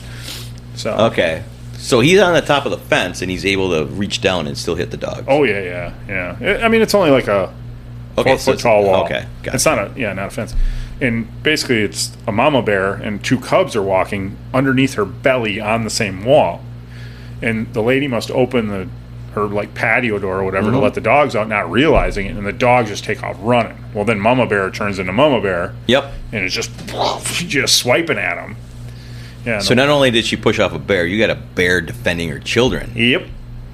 Speaker 2: So
Speaker 3: Okay, so he's on the top of the fence, and he's able to reach down and still hit the dog.
Speaker 2: oh yeah, yeah, yeah. I- I mean, it's only like a
Speaker 3: okay,
Speaker 2: four
Speaker 3: so
Speaker 2: foot
Speaker 3: it's-
Speaker 2: tall wall.
Speaker 3: Okay, gotcha.
Speaker 2: it's not a yeah, not a fence. And basically, it's a mama bear and two cubs are walking underneath her belly on the same wall. And the lady must open the her like patio door or whatever
Speaker 3: Mm-hmm.
Speaker 2: to let the dogs out, not realizing it. And the dogs just take off running. Well, then mama bear turns into mama bear
Speaker 3: Yep.
Speaker 2: and it's just just swiping at him. Yeah. and
Speaker 3: So
Speaker 2: the-
Speaker 3: not only did she push off a bear, you got a bear defending her children,
Speaker 2: yep.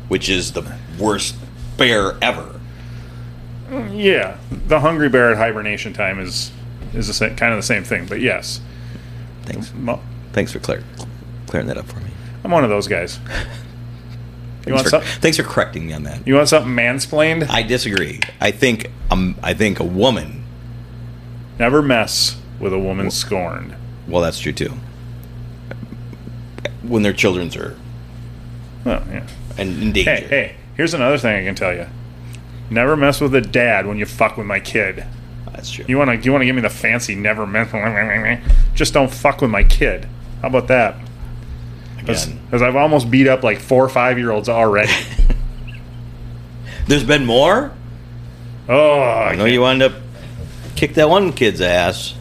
Speaker 3: which is the worst bear ever.
Speaker 2: Yeah, the hungry bear at hibernation time is is the same, kind of the same thing. But yes,
Speaker 3: Thanks.
Speaker 2: Mo-
Speaker 3: Thanks for clear, clearing that up for me.
Speaker 2: I'm one of those guys. You want
Speaker 3: Thanks for,
Speaker 2: some-
Speaker 3: thanks for correcting me on that.
Speaker 2: You want something mansplained?
Speaker 3: I disagree. I think um, I think a woman.
Speaker 2: Never mess with a woman scorned.
Speaker 3: Well, that's true too. When their children's are
Speaker 2: Oh, yeah.
Speaker 3: in, in danger.
Speaker 2: Hey, hey, here's another thing I can tell you. Never mess with a dad when you fuck with my kid.
Speaker 3: That's true.
Speaker 2: You wanna you wanna give me the fancy never mess just don't fuck with my kid. How about that? Because
Speaker 3: Again.
Speaker 2: I've almost beat up like four or five year olds already.
Speaker 3: There's been more.
Speaker 2: oh
Speaker 3: I know you wound up kick that one kid's ass.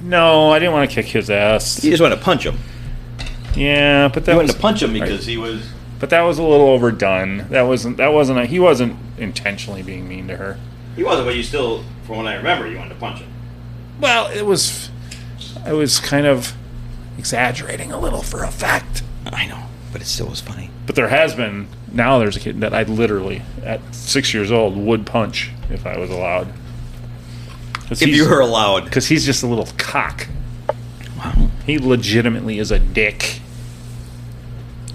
Speaker 2: no, I didn't want to kick his ass.
Speaker 3: You just want to punch him.
Speaker 2: Yeah, but
Speaker 3: You
Speaker 2: that
Speaker 3: wanted
Speaker 2: was
Speaker 3: to punch him because he was.
Speaker 2: but that was a little overdone. That wasn't that wasn't a, he wasn't intentionally being mean to her.
Speaker 3: He wasn't, but you still, from what I remember, you wanted to punch him.
Speaker 2: Well, it was, I was kind of exaggerating a little for effect.
Speaker 3: I know, but it still was funny.
Speaker 2: But there has been now. There's a kid that I literally at six years old would punch if I was allowed. Cause
Speaker 3: If you were allowed.
Speaker 2: because he's just a little cock.
Speaker 3: Wow.
Speaker 2: He legitimately is a dick.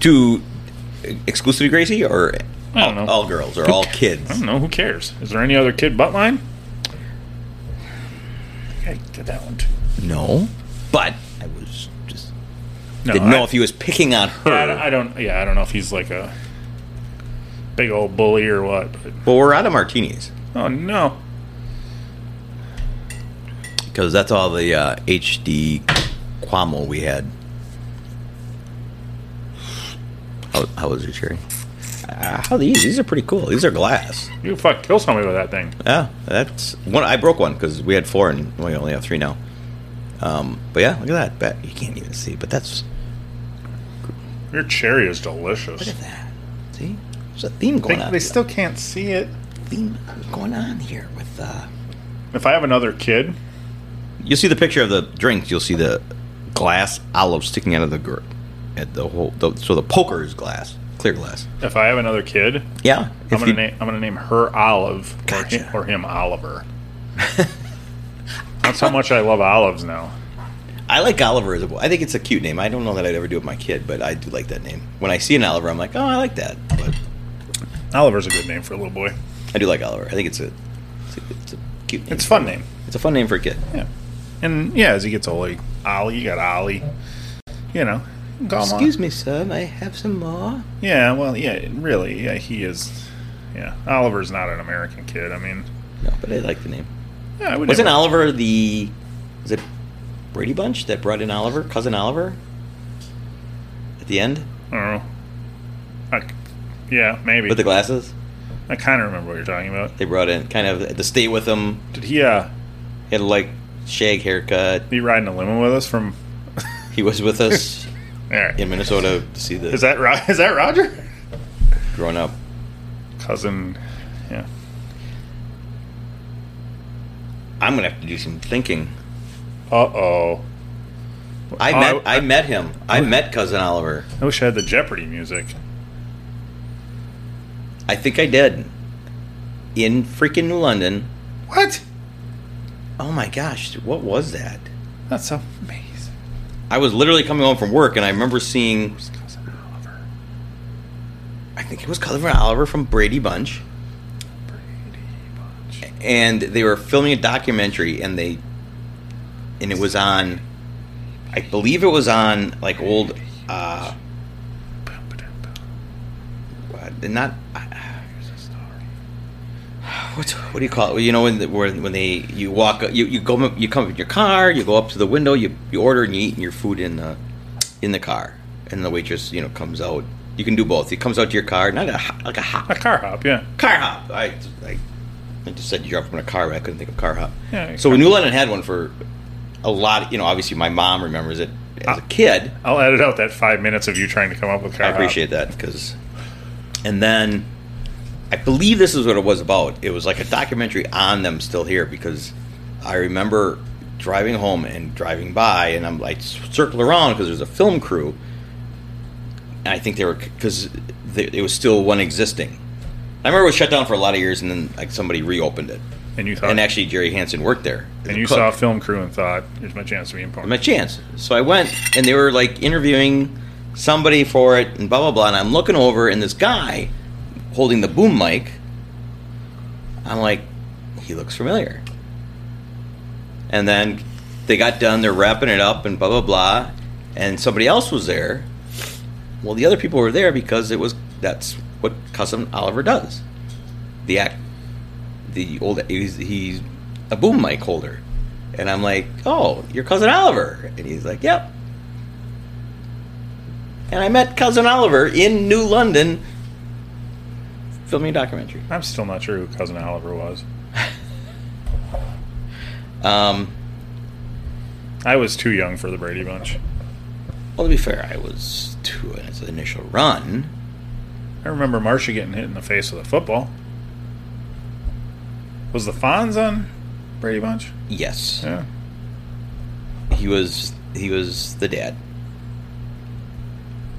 Speaker 3: To exclusively Gracie or
Speaker 2: I don't know.
Speaker 3: all girls or all
Speaker 2: I
Speaker 3: kids?
Speaker 2: don't know. Who cares? Is there any other kid butt line? I did that one. Too.
Speaker 3: No. But I was just.
Speaker 2: No,
Speaker 3: didn't know
Speaker 2: I-
Speaker 3: if he was picking on her.
Speaker 2: I don't- I don't. Yeah, I don't know if he's like a big old bully or what. But,
Speaker 3: well, we're out of martinis
Speaker 2: oh no.
Speaker 3: because that's all the uh, HD Cuomo we had. How, how was your cherry? Uh, how these? These are pretty cool. These are glass.
Speaker 2: You fuck kill somebody with that thing.
Speaker 3: Yeah, that's one. I broke one because we had four and we only have three now. Um, but yeah, look at that. But you can't even see. But that's
Speaker 2: Your cherry is delicious.
Speaker 3: look at that. See, there's a theme
Speaker 2: They,
Speaker 3: going on.
Speaker 2: they still can't see it.
Speaker 3: theme going on here with. Uh,
Speaker 2: If I have another kid,
Speaker 3: you'll see the picture of the drinks. You'll see the glass olive sticking out of the gr- at the whole. The, so the poker is glass. clear glass.
Speaker 2: If I have another kid,
Speaker 3: Yeah.
Speaker 2: I'm
Speaker 3: if
Speaker 2: gonna
Speaker 3: you-
Speaker 2: name I'm gonna name her Olive
Speaker 3: Gotcha.
Speaker 2: or, him, or him Oliver. That's how much I love olives now.
Speaker 3: I like Oliver as a boy. I think it's a cute name. I don't know that I'd ever do it with my kid, but I do like that name. When I see an Oliver, I'm like, oh, I like that. But
Speaker 2: Oliver's a good name for a little boy.
Speaker 3: I do like Oliver. I think it's a, it's a, it's a cute name.
Speaker 2: It's a fun name.
Speaker 3: It's a fun name for a kid.
Speaker 2: Yeah. And yeah, as he gets older, Ollie, you got Ollie. You know, you can call him
Speaker 3: Excuse me, sir. May I have some more?
Speaker 2: Yeah, well, yeah, really, yeah, he is. Yeah, Oliver's not an American kid. I mean,
Speaker 3: No, but I like the name.
Speaker 2: yeah, I would
Speaker 3: Wasn't
Speaker 2: never-
Speaker 3: Oliver the. Was it Brady Bunch that brought in Oliver? Cousin Oliver? At the end?
Speaker 2: I don't know. Oh. I- yeah, maybe.
Speaker 3: With the glasses?
Speaker 2: I kind of remember what you're talking about.
Speaker 3: They brought in kind of to stay with him.
Speaker 2: Did he uh,
Speaker 3: He had a like shag haircut.
Speaker 2: be riding a limo with us from?
Speaker 3: He was with us
Speaker 2: All right.
Speaker 3: in Minnesota to see the
Speaker 2: Is that Ro- is that Roger?
Speaker 3: grown up.
Speaker 2: Cousin. Yeah.
Speaker 3: I'm gonna have to do some thinking.
Speaker 2: Uh oh.
Speaker 3: I
Speaker 2: Oh,
Speaker 3: met I,
Speaker 2: I-
Speaker 3: met him. I met cousin Oliver.
Speaker 2: I wish I had the Jeopardy music.
Speaker 3: I think I did. In freaking New London.
Speaker 2: What?
Speaker 3: Oh my gosh, what was that?
Speaker 2: That's amazing.
Speaker 3: I was literally coming home from work and I remember seeing
Speaker 2: It's cousin Oliver.
Speaker 3: I think it was cousin Oliver from Brady Bunch.
Speaker 2: Brady Bunch.
Speaker 3: and they were filming a documentary and they and it was on i believe it was on like old uh
Speaker 2: Bum, ba-dum, bum.
Speaker 3: uh, not uh,
Speaker 2: Here's a story.
Speaker 3: what's what do you call it you know when the, where, when they you walk you, you go you come up in your car you go up to the window you, you order and you eat your food in the in the car and the waitress you know comes out you can do both it comes out to your car not a, ho- like a hop
Speaker 2: A car hop, yeah.
Speaker 3: car hop. I, I, I just said you drove from a car, but I couldn't think of car hop.
Speaker 2: Yeah,
Speaker 3: so
Speaker 2: car-
Speaker 3: New London had one for a lot. you know, obviously my mom remembers it as
Speaker 2: Uh,
Speaker 3: a kid.
Speaker 2: I'll edit out that five minutes of you trying to come up with car
Speaker 3: I appreciate that because, and then I believe this is what it was about. It was like a documentary on them still here because I remember driving home and driving by, and I'm like circle around because there's a film crew, and I think they were because it was still one existing. I remember it was shut down for a lot of years, and then like somebody reopened it,
Speaker 2: that. And you thought,
Speaker 3: and
Speaker 2: and,
Speaker 3: actually Jerry Hansen worked there. as a
Speaker 2: you
Speaker 3: cook
Speaker 2: saw a film crew and thought, "Here's my chance to be in porn."
Speaker 3: my chance. So I went, and they were like interviewing somebody for it, and blah blah blah. And I'm looking over, and this guy holding the boom mic. I'm like, he looks familiar. And then they got done. They're wrapping it up, and blah blah blah. And somebody else was there. Well, the other people were there because it was that's what Cousin Oliver does. The act, the old he's, he's a boom mic holder, and I'm like, oh, your cousin Oliver, and he's like, yep. And I met cousin Oliver in New London, filming a documentary.
Speaker 2: I'm still not sure who cousin Oliver was.
Speaker 3: Um,
Speaker 2: I was too young for the Brady Bunch.
Speaker 3: well, to be fair, I was two in its initial run.
Speaker 2: I remember Marcia getting hit in the face with a football. Was the Fonz on Brady Bunch?
Speaker 3: Yes,
Speaker 2: Yeah.
Speaker 3: he was. He was the dad.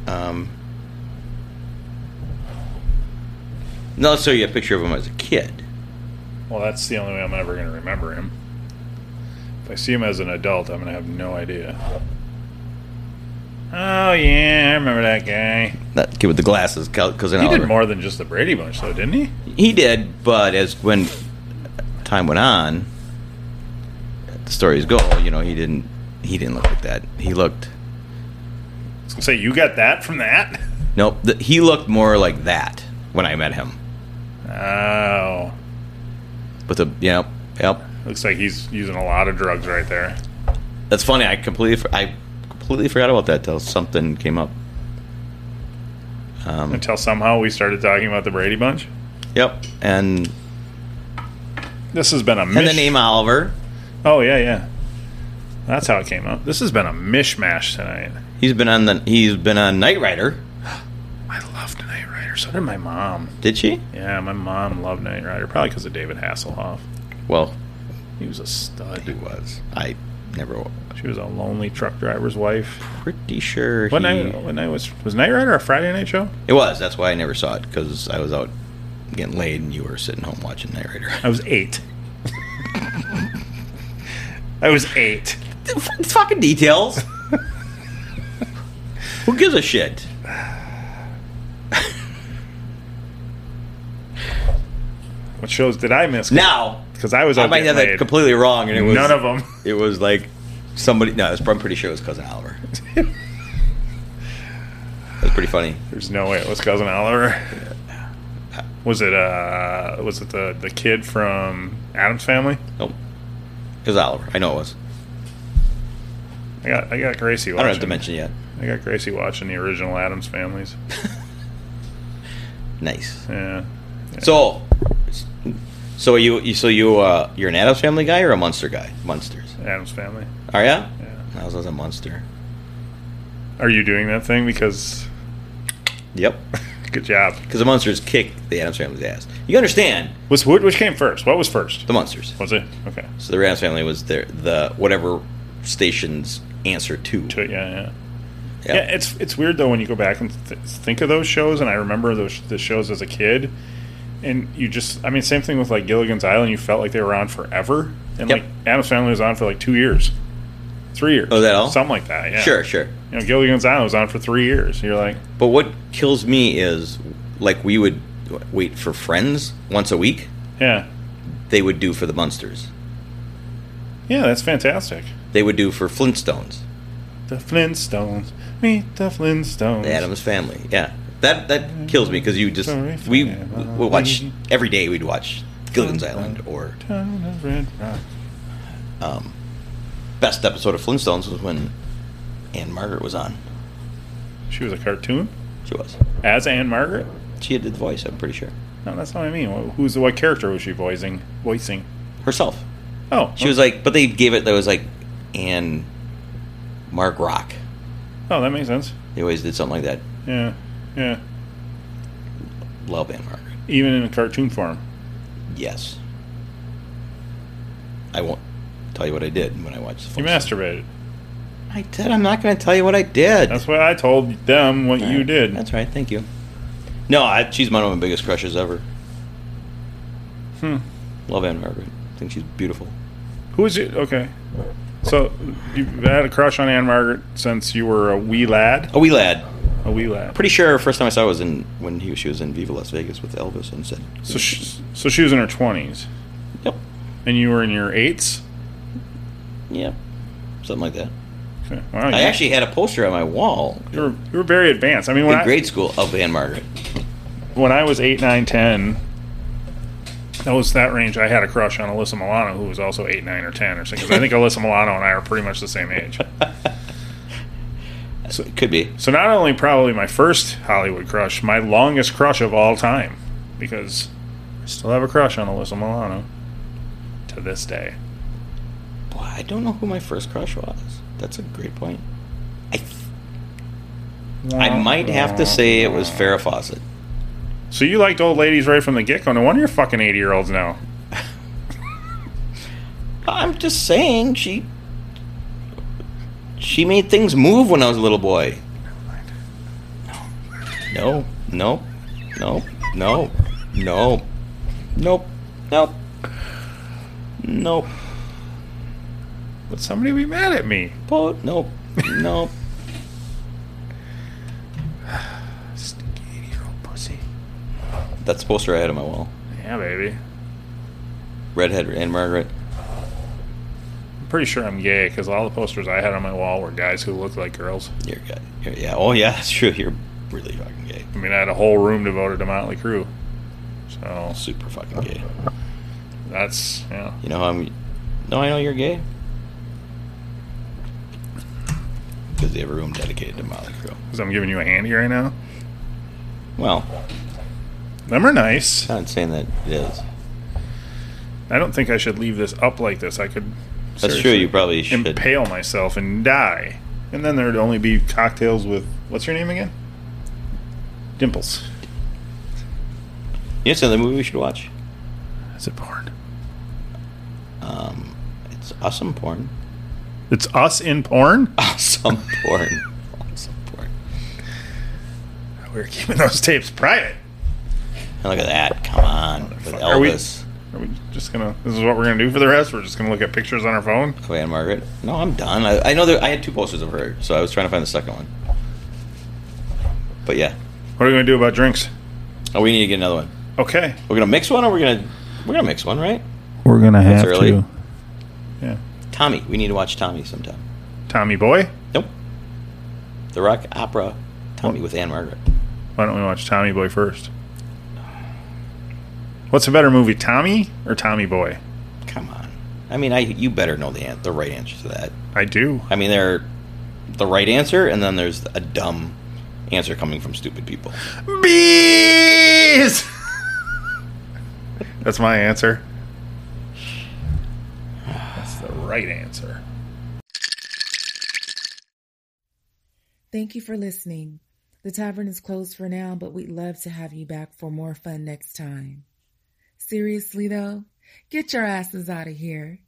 Speaker 3: Um. No, so you a picture of him as a kid.
Speaker 2: Well, that's the only way I'm ever going to remember him. If I see him as an adult, I'm going to have no idea. Oh yeah, I remember that guy.
Speaker 3: That kid with the glasses, cou- cousin
Speaker 2: He
Speaker 3: Oliver.
Speaker 2: did more than just the Brady Bunch, though, didn't he?
Speaker 3: He did, but as when time went on, the stories go. You know, he didn't. He didn't look like that. He looked.
Speaker 2: I was gonna say you got that from that.
Speaker 3: Nope. Th- he looked more like that when I met him.
Speaker 2: Oh,
Speaker 3: But the yep, yep.
Speaker 2: looks like he's using a lot of drugs right there.
Speaker 3: That's funny. I completely. for- I completely forgot about that till something came up. Um,
Speaker 2: Until somehow we started talking about the Brady Bunch.
Speaker 3: yep. And
Speaker 2: This has been a
Speaker 3: and the name Oliver.
Speaker 2: Oh yeah, yeah. That's how it came up. This has been a mishmash tonight.
Speaker 3: He's been on the. He's been on Knight Rider.
Speaker 2: I loved Knight Rider. So did my mom.
Speaker 3: Did she?
Speaker 2: Yeah, my mom loved Knight Rider. Probably because of David Hasselhoff.
Speaker 3: Well,
Speaker 2: He was a
Speaker 3: he
Speaker 2: stud.
Speaker 3: was. I Never.
Speaker 2: She was a lonely truck driver's wife.
Speaker 3: Pretty sure.
Speaker 2: What
Speaker 3: he-
Speaker 2: night? What night was was Night Rider a Friday night show?
Speaker 3: It was. That's why I never saw it because I was out getting laid and you were sitting home watching Night Rider.
Speaker 2: I was eight. I was eight.
Speaker 3: It's fucking details. Who gives a shit?
Speaker 2: What shows did I miss?
Speaker 3: Now
Speaker 2: because I was
Speaker 3: I
Speaker 2: out
Speaker 3: might have
Speaker 2: getting
Speaker 3: that
Speaker 2: laid.
Speaker 3: completely wrong, and it was
Speaker 2: None of them.
Speaker 3: It was like somebody. No, it's, I'm pretty sure it was cousin Oliver. That's pretty funny.
Speaker 2: There's no way it was cousin Oliver. Was it uh was it the the kid from Adam's family?
Speaker 3: Oh, it was Oliver. I know it was.
Speaker 2: I got I got Gracie
Speaker 3: I
Speaker 2: watching.
Speaker 3: don't have to mention yet.
Speaker 2: I got Gracie watching the original Adams families.
Speaker 3: Nice.
Speaker 2: Yeah.
Speaker 3: So, so you, you so you, uh, you're an Adams Family guy or a Munster guy? Munsters.
Speaker 2: Adams family.
Speaker 3: Are ya?
Speaker 2: Yeah.
Speaker 3: I was, I was a Munster.
Speaker 2: Are you doing that thing because
Speaker 3: Yep.
Speaker 2: good job.
Speaker 3: Because the Munsters kicked the Adams Family's ass. You understand
Speaker 2: Was what which came first? What was first?
Speaker 3: the Munsters.
Speaker 2: Was it? Okay.
Speaker 3: So the Adams Family was their the whatever station's answer to.
Speaker 2: To it, yeah, yeah.
Speaker 3: Yeah.
Speaker 2: Yeah, it's it's weird though when you go back and th- think of those shows, and I remember those the shows as a kid, and you just I mean same thing with like Gilligan's Island, you felt like they were on forever, and
Speaker 3: Yep.
Speaker 2: like Adam's Family was on for like two years, three years,
Speaker 3: Oh, that all?
Speaker 2: something like that, yeah,
Speaker 3: Sure, sure.
Speaker 2: You know, Gilligan's Island was on for three years. You're like,
Speaker 3: But what kills me is like we would wait for Friends once a week.
Speaker 2: yeah,
Speaker 3: They would do for the Munsters.
Speaker 2: yeah, that's fantastic.
Speaker 3: They would do for Flintstones.
Speaker 2: The Flintstones, meet the Flintstones.
Speaker 3: The Adams Family. Yeah, that that kills me because you just
Speaker 2: Sorry,
Speaker 3: we
Speaker 2: sorry,
Speaker 3: we watch every day. We'd watch Gilligan's Island or
Speaker 2: Town of Red Rock.
Speaker 3: um, best episode of Flintstones was when Anne Margaret was on.
Speaker 2: She was a cartoon
Speaker 3: She was.
Speaker 2: as Anne Margaret.
Speaker 3: She did the voice. I'm pretty sure
Speaker 2: No, that's not what I mean. Wh- Who's the what character was she voicing? Voicing.
Speaker 3: herself.
Speaker 2: Oh,
Speaker 3: She was like, but they gave it. That was like Anne Marg Rock.
Speaker 2: Oh, that makes sense.
Speaker 3: They always did something like that.
Speaker 2: Yeah, yeah.
Speaker 3: Love Anne Margaret.
Speaker 2: Even in a cartoon form.
Speaker 3: Yes. I won't tell you what I did when I watched the
Speaker 2: You
Speaker 3: Flintstones.
Speaker 2: masturbated.
Speaker 3: I did. I'm not going to tell you what I did.
Speaker 2: That's what I told them what you
Speaker 3: Alright,
Speaker 2: did.
Speaker 3: That's right. Thank you. No, I, she's one of my biggest crushes ever.
Speaker 2: hmm.
Speaker 3: Love Anne Margaret. I think she's beautiful.
Speaker 2: Who is it? Okay. So you've had a crush on Anne Margaret since you were a wee lad.
Speaker 3: A wee lad.
Speaker 2: A wee lad.
Speaker 3: Pretty sure first time I saw her was in when he, she was in Viva Las Vegas with Elvis and said,
Speaker 2: So she, so she was in her twenties,
Speaker 3: "Yep,
Speaker 2: and you were in your eights.
Speaker 3: yeah, something like that."
Speaker 2: Okay. Wow.
Speaker 3: I
Speaker 2: you-
Speaker 3: actually had a poster on my wall
Speaker 2: You were, you were very advanced. I mean, when
Speaker 3: in
Speaker 2: I,
Speaker 3: grade school of Anne Margaret.
Speaker 2: when I was eight, nine, ten, that was that range. I had a crush on Alyssa Milano, who was also eight, nine, or ten, or something. 'cause I think Alyssa Milano and I are pretty much the same age.
Speaker 3: So it could be.
Speaker 2: So not only probably my first Hollywood crush, my longest crush of all time, because I still have a crush on Alyssa Milano to this day.
Speaker 3: Boy, I don't know who my first crush was. That's a great point. I th- I might have to say it was Farrah Fawcett.
Speaker 2: So you liked old ladies right from the get go. No wonder you're fucking eighty year olds now.
Speaker 3: I'm just saying she she made things move when I was a little boy. No, no, no, no, no, nope, nope, nope,
Speaker 2: Would somebody be mad at me?
Speaker 3: po- nope, nope.
Speaker 2: Stinky eighty year old pussy.
Speaker 3: That's the poster I had on my wall.
Speaker 2: Yeah, baby.
Speaker 3: Redhead and Margaret.
Speaker 2: I'm pretty sure I'm gay because all the posters I had on my wall were guys who looked like girls.
Speaker 3: You're good. You're, yeah. Oh yeah, that's true. You're really fucking gay.
Speaker 2: I mean, I had a whole room devoted to Motley Crue. So
Speaker 3: Super fucking gay.
Speaker 2: that's yeah.
Speaker 3: You know how I'm. No, I know you're gay. Because they have a room dedicated to Molly Crew.
Speaker 2: Because I'm giving you a handy right now.
Speaker 3: Well,
Speaker 2: Them are nice.
Speaker 3: I'm not saying that it is.
Speaker 2: I don't think I should leave this up like this. I could.
Speaker 3: That's true.
Speaker 2: seriously
Speaker 3: You probably should.
Speaker 2: impale myself and die, and then there'd only be cocktails with what's your name again? Dimples.
Speaker 3: You know, it's another movie we should watch.
Speaker 2: Is it porn?
Speaker 3: Um, it's awesome porn.
Speaker 2: It's us in porn.
Speaker 3: Awesome porn. Awesome porn.
Speaker 2: We're keeping those tapes private.
Speaker 3: And look at that. Come on. With
Speaker 2: Motherfucker. Are we-
Speaker 3: Elvis.
Speaker 2: Are we just gonna? This is what we're gonna do for the rest. We're just gonna look at pictures on our phone.
Speaker 3: Of Anne Margaret. No, I'm done. I, I know that I had two posters of her, so I was trying to find the second one. But yeah.
Speaker 2: What are we gonna do about drinks?
Speaker 3: Oh, we need to get another one.
Speaker 2: Okay,
Speaker 3: We're gonna mix one, or we're gonna we're gonna mix one, right?
Speaker 2: we're gonna
Speaker 3: That's have early. to.
Speaker 2: Yeah,
Speaker 3: Tommy, we need to watch Tommy sometime.
Speaker 2: Tommy Boy.
Speaker 3: Nope. The rock opera, Tommy with Anne Margaret.
Speaker 2: Why don't we watch Tommy Boy first? What's a better movie, Tommy or Tommy Boy?
Speaker 3: Come on. I mean, I you better know the an- the right answer to that.
Speaker 2: I do.
Speaker 3: I mean, there the right answer, and then there's a dumb answer coming from stupid people.
Speaker 2: Bees. That's my answer. That's the right answer.
Speaker 4: Thank you for listening. The tavern is closed for now, but we'd love to have you back for more fun next time. Seriously, though, get your asses out of here.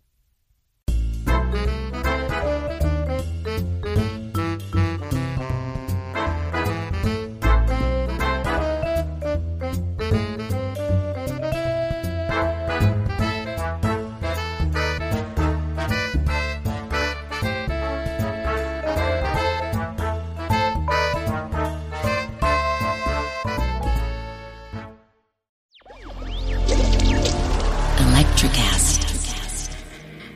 Speaker 1: Electricast.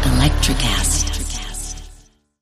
Speaker 1: Electricast.